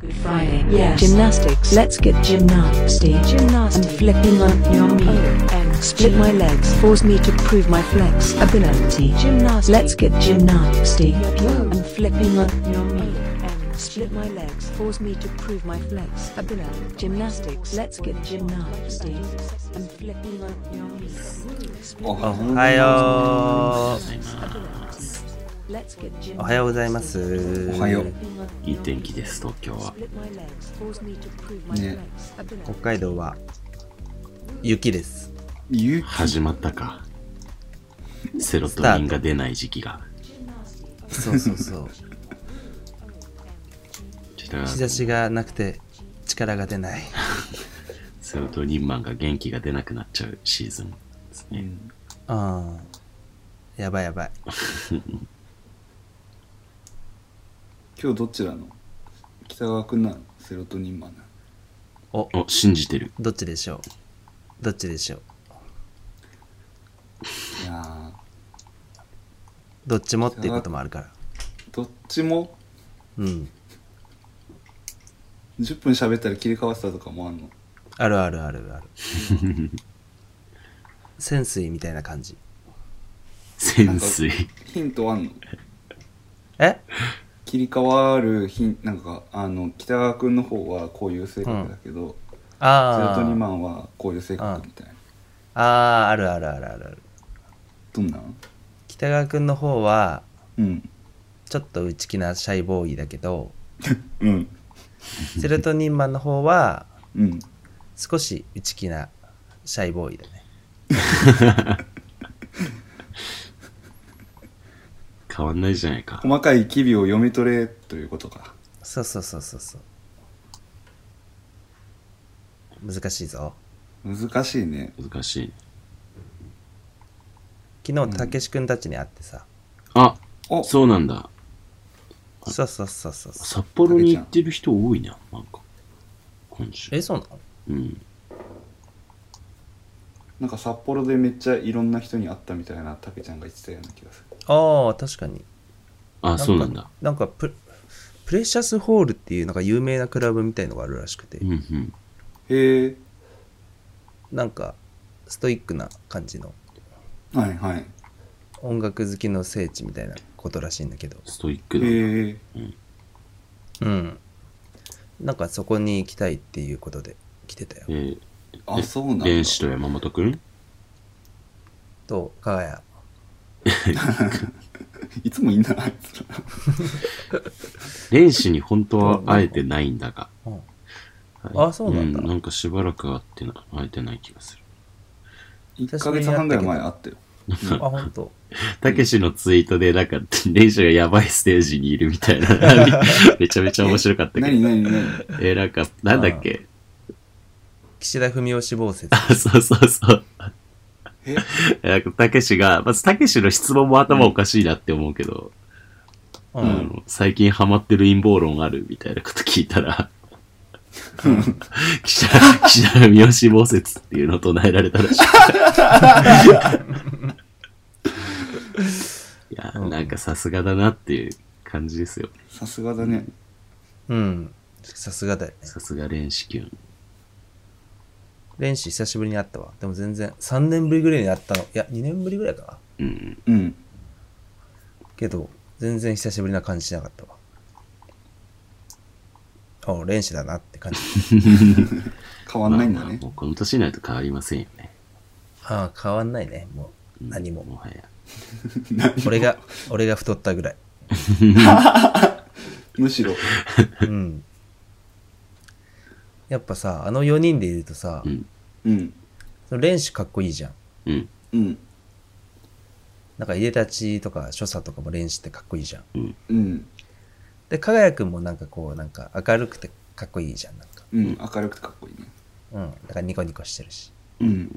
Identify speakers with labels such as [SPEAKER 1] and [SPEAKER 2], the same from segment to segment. [SPEAKER 1] Good Friday. Yes. Gymnastics. Let's get gymnastics. Gymnastics. And flipping on your me. And split my legs. Force me to prove my flexibility. Gymnastics. Let's get gymnastics. And flipping on your me. And split my legs. Force me to prove my flexibility. Gymnastics. Let's get gymnastics. And flipping on your me.
[SPEAKER 2] お
[SPEAKER 3] おはよ
[SPEAKER 1] Let's get
[SPEAKER 3] う。おはようございます。お
[SPEAKER 2] おはよう。
[SPEAKER 4] いい天気です、東京は。
[SPEAKER 2] ね
[SPEAKER 3] 北海道は雪です。
[SPEAKER 2] ゆ
[SPEAKER 4] 始まったか。セロトニンが出ない時期が。
[SPEAKER 3] そうそうそう。
[SPEAKER 4] ちょ っ
[SPEAKER 3] 日
[SPEAKER 4] と
[SPEAKER 3] 差しがなくて力が出ない。
[SPEAKER 4] セロトニンマンが元気が出なくなっちゃうシーズンですね。
[SPEAKER 3] うん。やばいやばい。
[SPEAKER 2] 今日どっちなの北川くんなのセロトニンマンなの
[SPEAKER 3] お、
[SPEAKER 4] お、信じてる。
[SPEAKER 3] どっちでしょうどっちでしょう
[SPEAKER 2] いや
[SPEAKER 3] どっちもっていうこともあるから。
[SPEAKER 2] ーどっちも
[SPEAKER 3] うん。
[SPEAKER 2] 10分喋ったら切り替わってたとかもあんの
[SPEAKER 3] あるあるあるある。 潜水みたいな感じ。
[SPEAKER 4] 潜水。
[SPEAKER 2] ヒントあんの
[SPEAKER 3] え
[SPEAKER 2] 切り替わるヒンなんかあの北川くんの方はこういう性格だけど、セロ
[SPEAKER 3] あ
[SPEAKER 2] トニン
[SPEAKER 3] ー
[SPEAKER 2] マンはこういう性格みたいな
[SPEAKER 3] あー、あるあるあるあるある。
[SPEAKER 2] どんなん
[SPEAKER 3] 北川くんの方は、
[SPEAKER 2] うん
[SPEAKER 3] ちょっと内気なシャイボーイだけ ど、
[SPEAKER 2] うん
[SPEAKER 3] セロトニンマンの方は、
[SPEAKER 2] うん
[SPEAKER 3] 少し内気なシャイボーイだね
[SPEAKER 4] 変わんないじゃないか。
[SPEAKER 2] 細かい機微を読み取れということか
[SPEAKER 3] そうそうそうそうそう難しいぞ
[SPEAKER 2] 難しいね
[SPEAKER 4] 難しい。
[SPEAKER 3] 昨日たけし君たちに会ってさ、
[SPEAKER 4] あ、
[SPEAKER 2] お
[SPEAKER 4] そうなんだ。
[SPEAKER 3] そうそうそうそうそう
[SPEAKER 4] 札幌に行ってる人多いな、なんか。今週。
[SPEAKER 3] えそうなの
[SPEAKER 4] うん。
[SPEAKER 2] なんか札幌でめっちゃいろんな人に会ったみたいなたけちゃんが言ってたような気がする
[SPEAKER 3] ああ確かに
[SPEAKER 4] あ、
[SPEAKER 3] か
[SPEAKER 4] そうなんだ。
[SPEAKER 3] なんかププレシャスホールっていうなんか有名なクラブみたいのがあるらしくて、
[SPEAKER 4] うんうん。
[SPEAKER 2] へえ
[SPEAKER 3] なんかストイックな感じの
[SPEAKER 2] はいはい
[SPEAKER 3] 音楽好きの聖地みたいなことらしいんだけど
[SPEAKER 4] ストイックだな。
[SPEAKER 2] へえ
[SPEAKER 3] うんなんかそこに行きたいっていうことで来てたよ
[SPEAKER 4] えー、
[SPEAKER 2] あそうなんだ
[SPEAKER 4] 電子と山本くん
[SPEAKER 3] と加賀谷
[SPEAKER 2] いつも いんなあいつら
[SPEAKER 4] 電子に本当は会えてないんだが。
[SPEAKER 3] うん
[SPEAKER 4] はい
[SPEAKER 3] あそうなんだ
[SPEAKER 4] なんかしばらく会ってな会えてない気がする。
[SPEAKER 2] 1ヶ月半ぐらい前会ったよ
[SPEAKER 3] あ、本 当。
[SPEAKER 4] たけしのツイートで、なんか、練習がやばいステージにいるみた いな、めちゃめちゃ面白かったけ
[SPEAKER 2] 何
[SPEAKER 4] ど。
[SPEAKER 2] 何何
[SPEAKER 4] えー、なんか、なんだっけ
[SPEAKER 3] 岸田文雄死亡説。
[SPEAKER 4] あ、 そうそうそう。
[SPEAKER 2] え
[SPEAKER 4] えなんか、たけしが、まずたけしの質問も頭おかしいなって思うけど、
[SPEAKER 3] う
[SPEAKER 4] あ
[SPEAKER 3] ん。
[SPEAKER 4] の最近ハマってる陰謀論あるみたいなこと聞いたら、 岸田、岸田文雄死亡説っていうのを唱えられたらしい。いや、なんかさすがだなっていう感じですよ。
[SPEAKER 2] さすがだね
[SPEAKER 3] うん。さすがだよね。
[SPEAKER 4] さすが練習級。
[SPEAKER 3] 練習久しぶりに会ったわ。でも全然、3年ぶりぐらいに会ったの。いや、2年ぶりぐらいかな。
[SPEAKER 4] うん。
[SPEAKER 2] うん
[SPEAKER 3] けど、全然久しぶりな感じしなかったわ。あ、練習だなって 感じ。
[SPEAKER 2] 変わんないんだね、
[SPEAKER 4] もうこの年になると変わりませんよね。
[SPEAKER 3] ああ、変わんないね。もう、何も。
[SPEAKER 4] もはや。
[SPEAKER 3] 俺が、俺が太ったぐらい。
[SPEAKER 2] むしろ
[SPEAKER 3] うん。やっぱさ、あの4人でいるとさ
[SPEAKER 4] う、ん。
[SPEAKER 2] うん
[SPEAKER 3] その練習かっこいいじゃん。
[SPEAKER 4] うん。
[SPEAKER 2] うん
[SPEAKER 3] なんか、いでたちとか、所作とかも練習ってかっこいいじゃん。
[SPEAKER 2] うん
[SPEAKER 3] で、かがやくんもなんかこう、なんか明るくてかっこいいじゃん。なんか、
[SPEAKER 2] うん明るくてかっこいいね
[SPEAKER 3] うん。なんかニコニコしてるし。
[SPEAKER 2] うん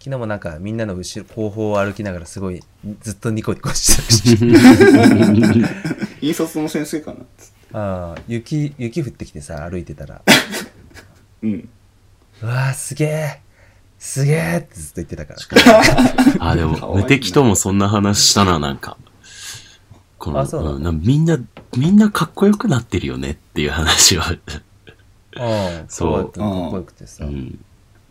[SPEAKER 3] 昨日もなんかみんなの後ろ、後方を歩きながらすごいずっとニコニコしてるし。
[SPEAKER 2] 引率の先生かな
[SPEAKER 3] ああ、雪、雪降ってきてさ、歩いてたら、
[SPEAKER 2] うん
[SPEAKER 3] うわあ、すげえすげえってずっと言ってたから。
[SPEAKER 4] あ、でも、無敵ともそんな話したな、なんか。この、
[SPEAKER 3] あそうなんだ
[SPEAKER 4] んなんかみんな、みんなかっこよくなってるよねっていう話は。
[SPEAKER 3] うん。
[SPEAKER 4] そ
[SPEAKER 3] そう。
[SPEAKER 4] う
[SPEAKER 3] かっこよくて
[SPEAKER 4] う
[SPEAKER 3] さ。
[SPEAKER 4] ん。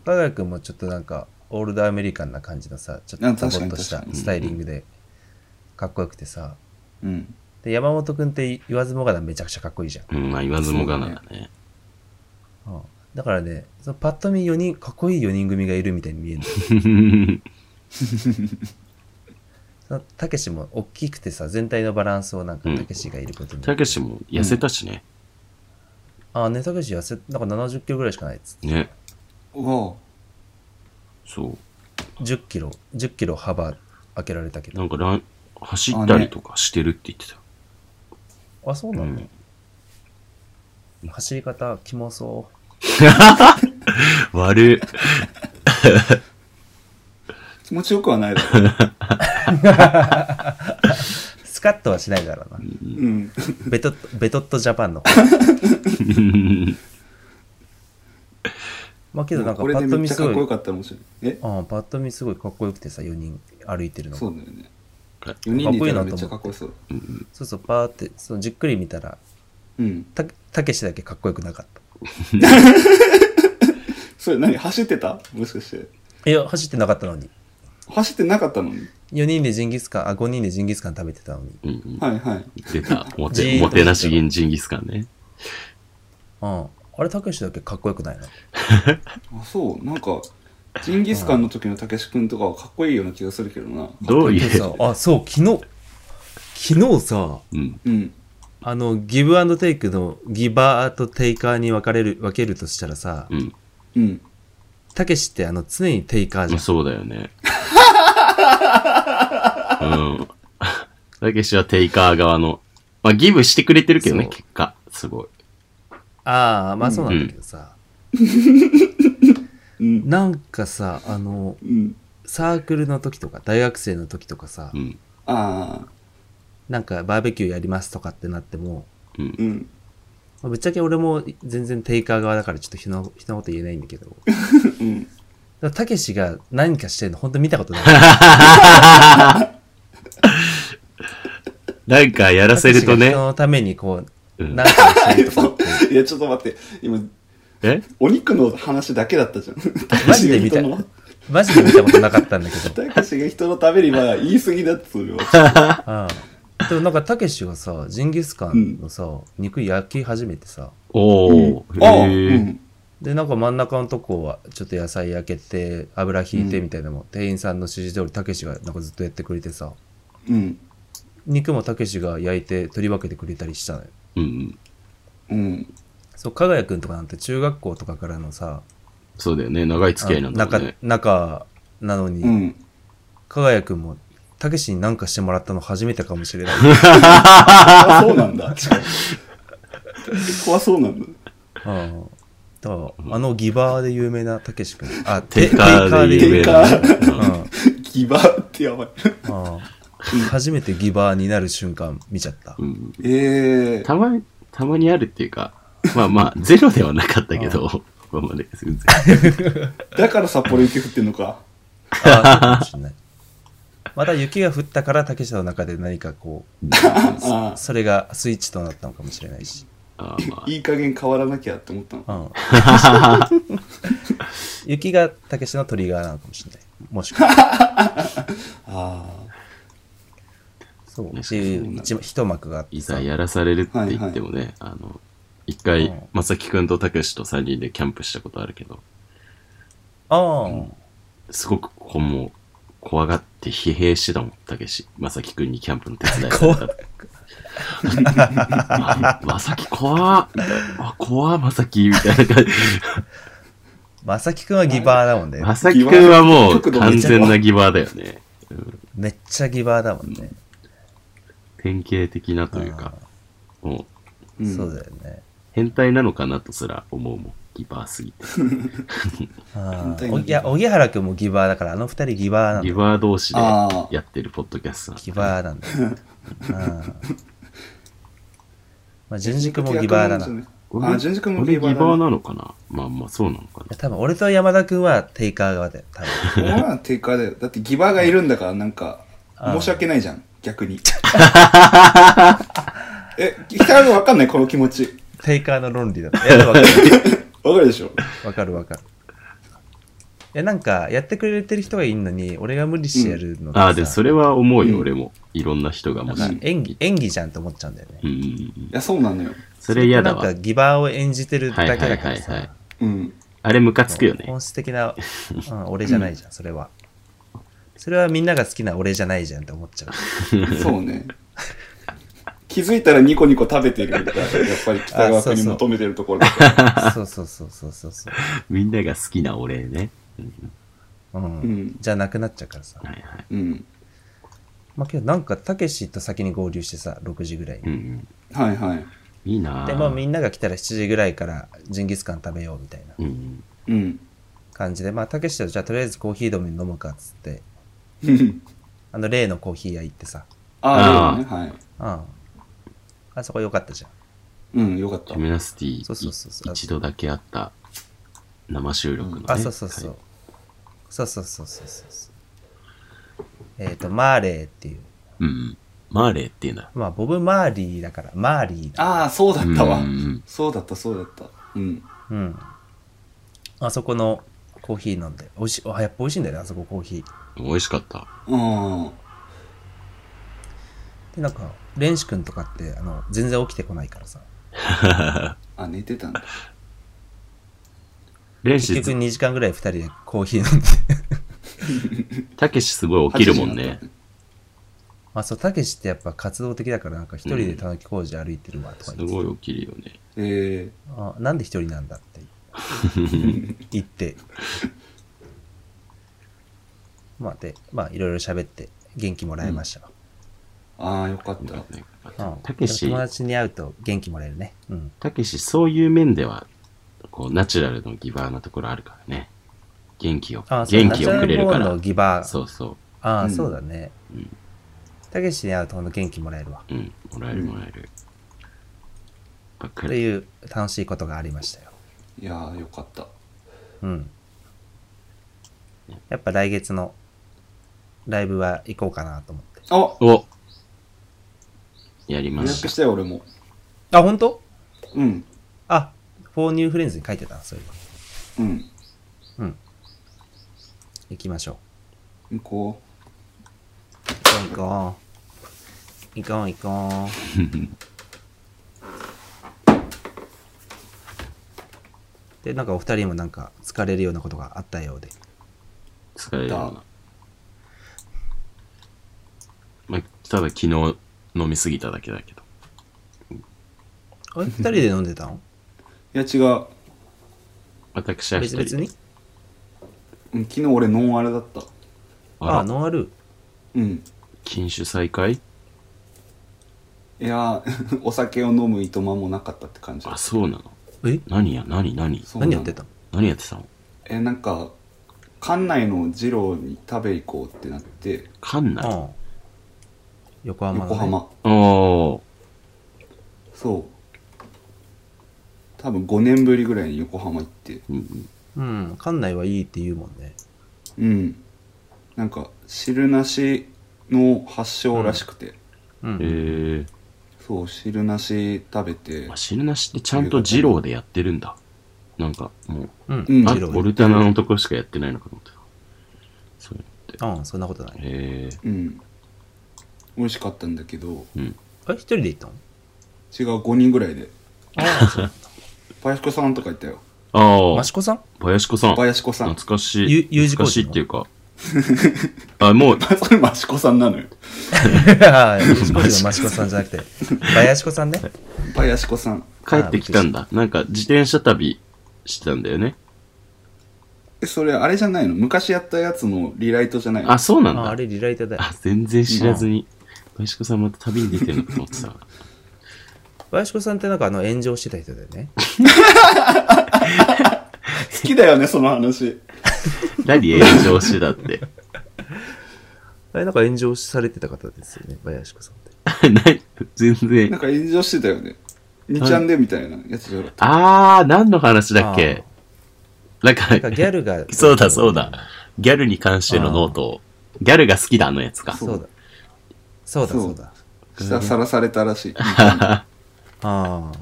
[SPEAKER 3] 加賀君もちょっとなんか、オールドアメリカンな感じのさ、ちょっ
[SPEAKER 2] あ
[SPEAKER 3] と
[SPEAKER 2] 確かに
[SPEAKER 3] サボっとした
[SPEAKER 2] 確か
[SPEAKER 4] に
[SPEAKER 3] スタイリングで、かっこよくてさ。
[SPEAKER 2] うん。
[SPEAKER 3] で、山本君って言わずもがなめちゃくちゃかっこいいじゃん。
[SPEAKER 4] うん、まあ言わずもがなだね。
[SPEAKER 3] うんだからね、そのパッと見4人、かっこいい4人組がいるみたいに見え る その。たけしも大きくてさ、全体のバランスをなんか、
[SPEAKER 4] うん
[SPEAKER 3] たけしがいることに。
[SPEAKER 4] たけしも痩せたしね。
[SPEAKER 3] ああね、たけし痩せ、なんか70キロぐらいしかないっつって。
[SPEAKER 4] ね。
[SPEAKER 2] おう
[SPEAKER 4] そう。
[SPEAKER 3] 10キロ、10キロ幅開けられたけど。
[SPEAKER 4] なんかラン、走ったりとかしてるって言ってた。
[SPEAKER 3] あ、そうなの、
[SPEAKER 4] うん
[SPEAKER 3] 走り方、キモそ
[SPEAKER 4] 悪い。
[SPEAKER 2] 気持ちよくはないだろう。
[SPEAKER 3] う。スカッとはしないだろうな。
[SPEAKER 2] うん。
[SPEAKER 3] ベトッと、ベトッとジャパンの。 まあけどなんか
[SPEAKER 2] こ
[SPEAKER 3] パ
[SPEAKER 2] れ
[SPEAKER 3] ッ
[SPEAKER 2] で
[SPEAKER 3] と
[SPEAKER 2] め
[SPEAKER 3] 見
[SPEAKER 2] っちゃ
[SPEAKER 3] す
[SPEAKER 2] かっ
[SPEAKER 3] ご
[SPEAKER 2] こよ
[SPEAKER 3] い。
[SPEAKER 2] かったら面白い。え
[SPEAKER 3] ああ、パッと見すごいかっこよくてさ、4人歩いてるのが
[SPEAKER 2] そうだよね。4人でいたらめっちゃかっこよそう。
[SPEAKER 3] そうそう、パーって、そのじっくり見たら、
[SPEAKER 2] うん。
[SPEAKER 3] たたけしだけかっこよくなかっ
[SPEAKER 2] それ何走ってたもしかして。
[SPEAKER 3] た。いや、走ってなかったのに。
[SPEAKER 2] 走ってなかったのに。
[SPEAKER 3] 4人でジンギスカン、あ、5人でジンギスカン食べてたのに。
[SPEAKER 4] うんうん
[SPEAKER 2] はいはい。
[SPEAKER 4] 出た。おも
[SPEAKER 3] じー
[SPEAKER 4] て
[SPEAKER 3] っと
[SPEAKER 4] おもてなし銀ジンギスカンね。
[SPEAKER 3] うん。あれ、たけしだけかっこよくないな。
[SPEAKER 2] あ、そう。なんか、ジンギスカンの時のたけし君とかはかっこいいような気がするけどな。
[SPEAKER 4] どうい
[SPEAKER 3] でさ
[SPEAKER 4] う。
[SPEAKER 3] あ、そう、昨日、昨日さ、
[SPEAKER 4] うん。
[SPEAKER 2] うん。
[SPEAKER 3] あの、ギブアンドテイクのギバーとテイカーに分かれる、分けるとしたらさ、
[SPEAKER 4] うん。
[SPEAKER 2] うん。
[SPEAKER 3] たけしってあの、常にテイカーじゃ
[SPEAKER 4] まあ
[SPEAKER 3] ん。
[SPEAKER 4] そうだよね。うん。たけしはテイカー側の。まあギブしてくれてるけどね、
[SPEAKER 3] そう
[SPEAKER 4] 結果。すごい。
[SPEAKER 3] ああ、まあそうなんだけどさ、
[SPEAKER 2] う ん。
[SPEAKER 3] なんかさ、あの、
[SPEAKER 2] うん。
[SPEAKER 3] サークルの時とか、大学生の時とかさ、
[SPEAKER 4] うん。
[SPEAKER 2] ああ。
[SPEAKER 3] なんかバーベキューやりますとかってなっても、
[SPEAKER 4] うん。
[SPEAKER 2] うん。
[SPEAKER 3] まあぶっちゃけ俺も全然テイカー側だからちょっと人の人のこと言えないんだけど、だか
[SPEAKER 2] うん。
[SPEAKER 3] らたけしが何かしてるの本当見たことない。
[SPEAKER 4] なんかやらせると
[SPEAKER 3] たけしが
[SPEAKER 4] ね
[SPEAKER 3] 人。のためにこう、
[SPEAKER 4] うん
[SPEAKER 3] 何かをしてるとか って、
[SPEAKER 2] いや、ちょっと待って。今、
[SPEAKER 4] え
[SPEAKER 2] お肉の話だけだったじゃん。
[SPEAKER 3] マジで見た
[SPEAKER 2] たけしが人の、
[SPEAKER 3] マジで見たことなかったんだけ ど。
[SPEAKER 2] たけしが人のためにまあ言い過ぎだって、それは。
[SPEAKER 3] うんでもなんかたけしがさジンギスカンのさ、肉焼き始めてさ
[SPEAKER 4] おー。
[SPEAKER 2] ああ、う
[SPEAKER 4] へー
[SPEAKER 2] ん。
[SPEAKER 3] でなんか真ん中のとこはちょっと野菜焼けて油引いてみたいなのも、店員さんの指示通りたけしがなんかずっとやってくれてさ
[SPEAKER 2] うん。
[SPEAKER 3] 肉もたけしが焼いて取り分けてくれたりしたのよ
[SPEAKER 4] うんうん。
[SPEAKER 2] うん。
[SPEAKER 3] そう加賀谷君とかなんて中学校とかからのさ
[SPEAKER 4] そうだよね。長い付き合いなんだもんね。
[SPEAKER 3] 仲仲なのに、
[SPEAKER 2] うん。
[SPEAKER 3] 加賀谷君もたけしに何かしてもらったの初めてかもし れない
[SPEAKER 2] あ、そうなんだ。怖そうなんだ。
[SPEAKER 3] うんだからあのギバーで有名なたけし君あ
[SPEAKER 4] テ
[SPEAKER 3] テ
[SPEAKER 4] イカーで有名なね。
[SPEAKER 3] うん
[SPEAKER 2] ギバーってやばい。
[SPEAKER 3] ああ初めてギバーになる瞬間見ちゃった。
[SPEAKER 4] うんうん
[SPEAKER 2] ええ
[SPEAKER 4] たまに、たまにあるっていうか、まあまあ、ゼロではなかったけ ど、まあまあね、全然
[SPEAKER 2] だから札幌雪降ってんのか。
[SPEAKER 3] ああそうかもしれないまた雪が降ったから竹下の中で何かこ
[SPEAKER 2] あ
[SPEAKER 3] うそれがスイッチとなったのかもしれないし、
[SPEAKER 4] あーま
[SPEAKER 2] あ、いい加減変わらなきゃって思ったの。
[SPEAKER 3] うん雪が竹下のトリガーなのかもしれないもしくは
[SPEAKER 2] あ
[SPEAKER 3] そうっていう一一幕があっ
[SPEAKER 4] い
[SPEAKER 3] てさ
[SPEAKER 4] ざやらされるって言ってもね、あの、一
[SPEAKER 3] う
[SPEAKER 4] 回
[SPEAKER 3] ん、
[SPEAKER 4] まさきくんとたけしと3人でキャンプしたことあるけど、
[SPEAKER 3] ああ、
[SPEAKER 4] すごくこうもう、怖がって疲弊してたもん、たけし。まさきくんにキャンプの手伝いされたって。あまさき怖っみたいなあ、怖っまさきみたいな感じ。
[SPEAKER 3] まさきくんはギバーだもんね
[SPEAKER 4] まさきくんはもう完全なギバーだよね。
[SPEAKER 3] めっちゃギバーだもんね、
[SPEAKER 4] 典型的なというか、もう
[SPEAKER 2] あ、ん
[SPEAKER 3] そうだよね
[SPEAKER 4] 変態なのかなとすら思うもん、ギバーすぎて。
[SPEAKER 3] あ
[SPEAKER 2] 本当
[SPEAKER 3] あ
[SPEAKER 2] に
[SPEAKER 3] おいや荻原君もギバーだからあの二人ギバーなんだ
[SPEAKER 4] ギバー同士で
[SPEAKER 2] あー
[SPEAKER 4] やってるポッドキャストなんで
[SPEAKER 3] ギバーなんだ。うん。まあ、純次君もギバーだな。い
[SPEAKER 4] 俺
[SPEAKER 2] あ、純次君も
[SPEAKER 4] 俺
[SPEAKER 2] ギバ
[SPEAKER 4] ギバ
[SPEAKER 2] ー
[SPEAKER 4] ー
[SPEAKER 2] だな。
[SPEAKER 4] なのかなまあまあそうなのかな
[SPEAKER 3] や多分俺と山田君は テイカー側だよ。多分。
[SPEAKER 2] 俺はテイカーだよ。だってギバーがいるんだから、なんか、
[SPEAKER 3] あー
[SPEAKER 2] 申し訳ないじゃん。逆に。え、北川君わかんないこの気持ち。
[SPEAKER 3] テイカーの論理だった。いやわかる
[SPEAKER 2] わかるでしょ
[SPEAKER 3] わかるわかる。いや、なんか、やってくれてる人がいいのに、俺が無理してやるの
[SPEAKER 4] ああ、で、
[SPEAKER 3] さ
[SPEAKER 4] それは思うよ、
[SPEAKER 2] うん
[SPEAKER 4] 俺も。いろんな人がもし。
[SPEAKER 3] なんか演技、演技じゃんと思っちゃうんだよね。
[SPEAKER 4] うんうんうん。
[SPEAKER 2] いや、そうなのよ。
[SPEAKER 4] それ嫌だ
[SPEAKER 3] な
[SPEAKER 4] わ
[SPEAKER 3] んか、。ギバーを演じてるだけだから
[SPEAKER 4] はいはいはい
[SPEAKER 3] さ
[SPEAKER 4] は。
[SPEAKER 2] うん。
[SPEAKER 4] あれムカつくよね。
[SPEAKER 3] 本質的な、うん、俺じゃないじゃん、それは。それはみんなが好きな俺じゃないじゃんって思っ ちゃう。
[SPEAKER 2] そうね。気づいたらニコニコ食べてるから、やっぱり北川君に求めてるところだから
[SPEAKER 3] そうそうそうそうそうそう。
[SPEAKER 4] みんなが好きな俺ね。
[SPEAKER 3] うん。
[SPEAKER 2] うん
[SPEAKER 3] じゃなくなっちゃうからさ。
[SPEAKER 4] はいはい。
[SPEAKER 2] うん。
[SPEAKER 3] まあけどなんか、たけしと先に合流してさ、6時ぐらいに。
[SPEAKER 4] うんうん。
[SPEAKER 2] はいはい。
[SPEAKER 4] いいなぁ
[SPEAKER 3] で、まあみんなが来たら7時ぐらいからジンギスカン食べようみたいな
[SPEAKER 4] うんうん。
[SPEAKER 2] うん。
[SPEAKER 3] 感じで、まあたけしとじゃあとりあえずコーヒー飲み飲むかっつって、あの例のコーヒー屋行ってさ、
[SPEAKER 2] ああ、
[SPEAKER 4] あー
[SPEAKER 2] ね、はい。
[SPEAKER 3] うん。あそこ良かったじゃん。
[SPEAKER 2] うん、よかった
[SPEAKER 4] ジ。ムナスティ
[SPEAKER 3] そうそうそうそう
[SPEAKER 4] い一度だけあった生収録のね。
[SPEAKER 3] あ、そうそうそう
[SPEAKER 4] はい。。
[SPEAKER 3] そうそうそうそうそうそう。えっ、ー、と、マーレーっていう。
[SPEAKER 4] うんうん。マーレーっていうな。
[SPEAKER 3] まあ、ボブ・マーリーだから、マーリーだ。
[SPEAKER 2] ああ、そうだったわ
[SPEAKER 4] うんうんうん。
[SPEAKER 2] そうだった、そうだった。うん。
[SPEAKER 3] うん。あそこのコーヒー飲んで。美味しい、あ、やっぱ美味しいんだよね、あそこコーヒー。
[SPEAKER 4] 美味しかった。
[SPEAKER 2] うん。
[SPEAKER 3] で、なんか、レンシ君とかって、あの、全然起きてこないからさ。
[SPEAKER 2] あ、寝てたんだ。
[SPEAKER 4] レン
[SPEAKER 3] 結
[SPEAKER 4] シ
[SPEAKER 3] 局
[SPEAKER 4] ス、
[SPEAKER 3] 2時間ぐらい2人でコーヒー飲んで。
[SPEAKER 4] たけしすごい起きるもん
[SPEAKER 2] 8
[SPEAKER 4] ね
[SPEAKER 2] 時。に
[SPEAKER 3] まあ、そう、たけしってやっぱ活動的だから、なんか一人でたぬき工事歩いてるわとか
[SPEAKER 4] す
[SPEAKER 3] 言って、
[SPEAKER 4] ごい起きるよね。
[SPEAKER 2] え
[SPEAKER 3] あなんで一人なんだ って言って。まあ、で、まあ、いろいろ喋って元気もらいましたわ。
[SPEAKER 2] ー、ああ、よかった。
[SPEAKER 3] うん
[SPEAKER 4] たけし
[SPEAKER 3] 友、達に会うと元気もらえるね。うん。
[SPEAKER 4] たけし、そういう面では、こう、ナチュラルのギバーなところあるからね。元気を、
[SPEAKER 3] あそ
[SPEAKER 4] 元
[SPEAKER 3] う
[SPEAKER 4] 気をくれ
[SPEAKER 3] ナチュラルボー
[SPEAKER 4] るか
[SPEAKER 3] ンの
[SPEAKER 4] ら。
[SPEAKER 3] ギバー。
[SPEAKER 4] そうそ
[SPEAKER 3] ああ、
[SPEAKER 2] うん
[SPEAKER 3] そうだね。
[SPEAKER 4] うん
[SPEAKER 3] たけしに会うとほんと元気もらえるわ。
[SPEAKER 4] う。うん、もらえるもらえる。ばっか
[SPEAKER 3] と
[SPEAKER 4] り。
[SPEAKER 3] いう楽しいことがありましたよ。
[SPEAKER 2] いやー、よかった。
[SPEAKER 3] うん。やっぱ来月のライブは行こうかなと思って。
[SPEAKER 2] あ
[SPEAKER 4] おやり
[SPEAKER 2] 予
[SPEAKER 4] ま
[SPEAKER 2] 約
[SPEAKER 4] し
[SPEAKER 2] したよ、俺も。
[SPEAKER 3] あ、本当？
[SPEAKER 2] うん。
[SPEAKER 3] あ、フォーニューフレンズに書いてたな、そうい
[SPEAKER 2] うん。
[SPEAKER 3] えば。うん。行きましょ
[SPEAKER 2] 向こ
[SPEAKER 3] う。行こう行こう。行こう行こう。で、なんかお二人もなんか疲れるようなことがあったようで。
[SPEAKER 4] た。疲れる
[SPEAKER 2] だ
[SPEAKER 4] な。まあ、ただ昨日飲みすぎただけだけど。
[SPEAKER 3] あれ二人で飲んでたの
[SPEAKER 2] う。いや、違う。
[SPEAKER 4] 私は一
[SPEAKER 3] 別
[SPEAKER 4] 人
[SPEAKER 3] 々に
[SPEAKER 2] うん昨日俺ノンアルだった。
[SPEAKER 4] あ
[SPEAKER 3] あ
[SPEAKER 4] ら
[SPEAKER 3] ノンアル。
[SPEAKER 2] うん。
[SPEAKER 4] 禁酒再開
[SPEAKER 2] いやー、 お酒を飲むいとまもなかったって感じ
[SPEAKER 4] あ、そうなの。
[SPEAKER 3] え
[SPEAKER 4] 何や、何、何。
[SPEAKER 2] そうなの
[SPEAKER 3] 何やってたの
[SPEAKER 4] 何やってたの
[SPEAKER 2] えー、なんか、館内の二郎に食べ行こうってなって、
[SPEAKER 4] 館内。
[SPEAKER 3] ああ横浜のね
[SPEAKER 2] 横浜。
[SPEAKER 4] おー
[SPEAKER 2] そう。多分5年ぶりぐらいに横浜行って。
[SPEAKER 4] うんうん
[SPEAKER 3] うん館内はいいって言うもんね
[SPEAKER 2] うん。なんか、汁なしの発祥らしくて。
[SPEAKER 3] うん、
[SPEAKER 4] え
[SPEAKER 2] そう、汁なし食べて
[SPEAKER 4] ー、あ、。汁なしってちゃんと二郎でやってるんだ。なんか、も
[SPEAKER 3] う
[SPEAKER 4] う、
[SPEAKER 3] ん
[SPEAKER 2] うん
[SPEAKER 4] あ
[SPEAKER 3] 二郎
[SPEAKER 4] オルタナのとこしかやってないのかと思ってた。そういうのって。
[SPEAKER 3] うんそんなことない
[SPEAKER 4] えー、
[SPEAKER 2] うん。美味しかったんだけど、
[SPEAKER 4] うん。
[SPEAKER 3] え一人で行ったの
[SPEAKER 2] 違う5人ぐらいで。
[SPEAKER 3] あ
[SPEAKER 2] バヤシコさんとかいたよ。
[SPEAKER 3] あ
[SPEAKER 4] あ
[SPEAKER 3] 益 子さん
[SPEAKER 4] あ、林子さん。
[SPEAKER 2] バヤシコさん。
[SPEAKER 4] 懐かし
[SPEAKER 3] ゆ
[SPEAKER 4] い。
[SPEAKER 3] U 字
[SPEAKER 4] 懐
[SPEAKER 3] 工
[SPEAKER 4] か
[SPEAKER 3] 事
[SPEAKER 4] しい
[SPEAKER 3] の
[SPEAKER 4] っていう か。あ、もう、
[SPEAKER 2] それマシコさんなのよ。
[SPEAKER 3] 益子の益子さんじゃなくて林子さんね
[SPEAKER 2] バヤシコさん。
[SPEAKER 4] 帰ってきたんだ。なんか、自転車旅してたんだよね。
[SPEAKER 2] え、それあれじゃないの昔やったやつのリライトじゃないの
[SPEAKER 4] あ、そうなん
[SPEAKER 3] あ
[SPEAKER 4] だ
[SPEAKER 3] あ。れリライトだよ
[SPEAKER 4] あ、全然知らずに。林子さんまた旅に出てるのかと思ってた。
[SPEAKER 3] 林子さんってなんかあの炎上してた人だよね
[SPEAKER 2] 好きだよね、その話。
[SPEAKER 4] 何炎上してた って。
[SPEAKER 3] あれなんか炎上されてた方ですよね林子さんって
[SPEAKER 4] 何全
[SPEAKER 2] な
[SPEAKER 4] 然。
[SPEAKER 2] んか炎上してたよね。2ちゃんでみたいなやつじゃなかった。
[SPEAKER 4] あー、何の話だっけなんか、
[SPEAKER 3] なんかギャル が
[SPEAKER 4] そうだそうだ。ギャルに関してのノートを。ギャルが好きだ、あのやつか。
[SPEAKER 3] そうだそうだ
[SPEAKER 2] そう
[SPEAKER 3] そうだ。
[SPEAKER 2] 下さらされたらしい。
[SPEAKER 3] ああ。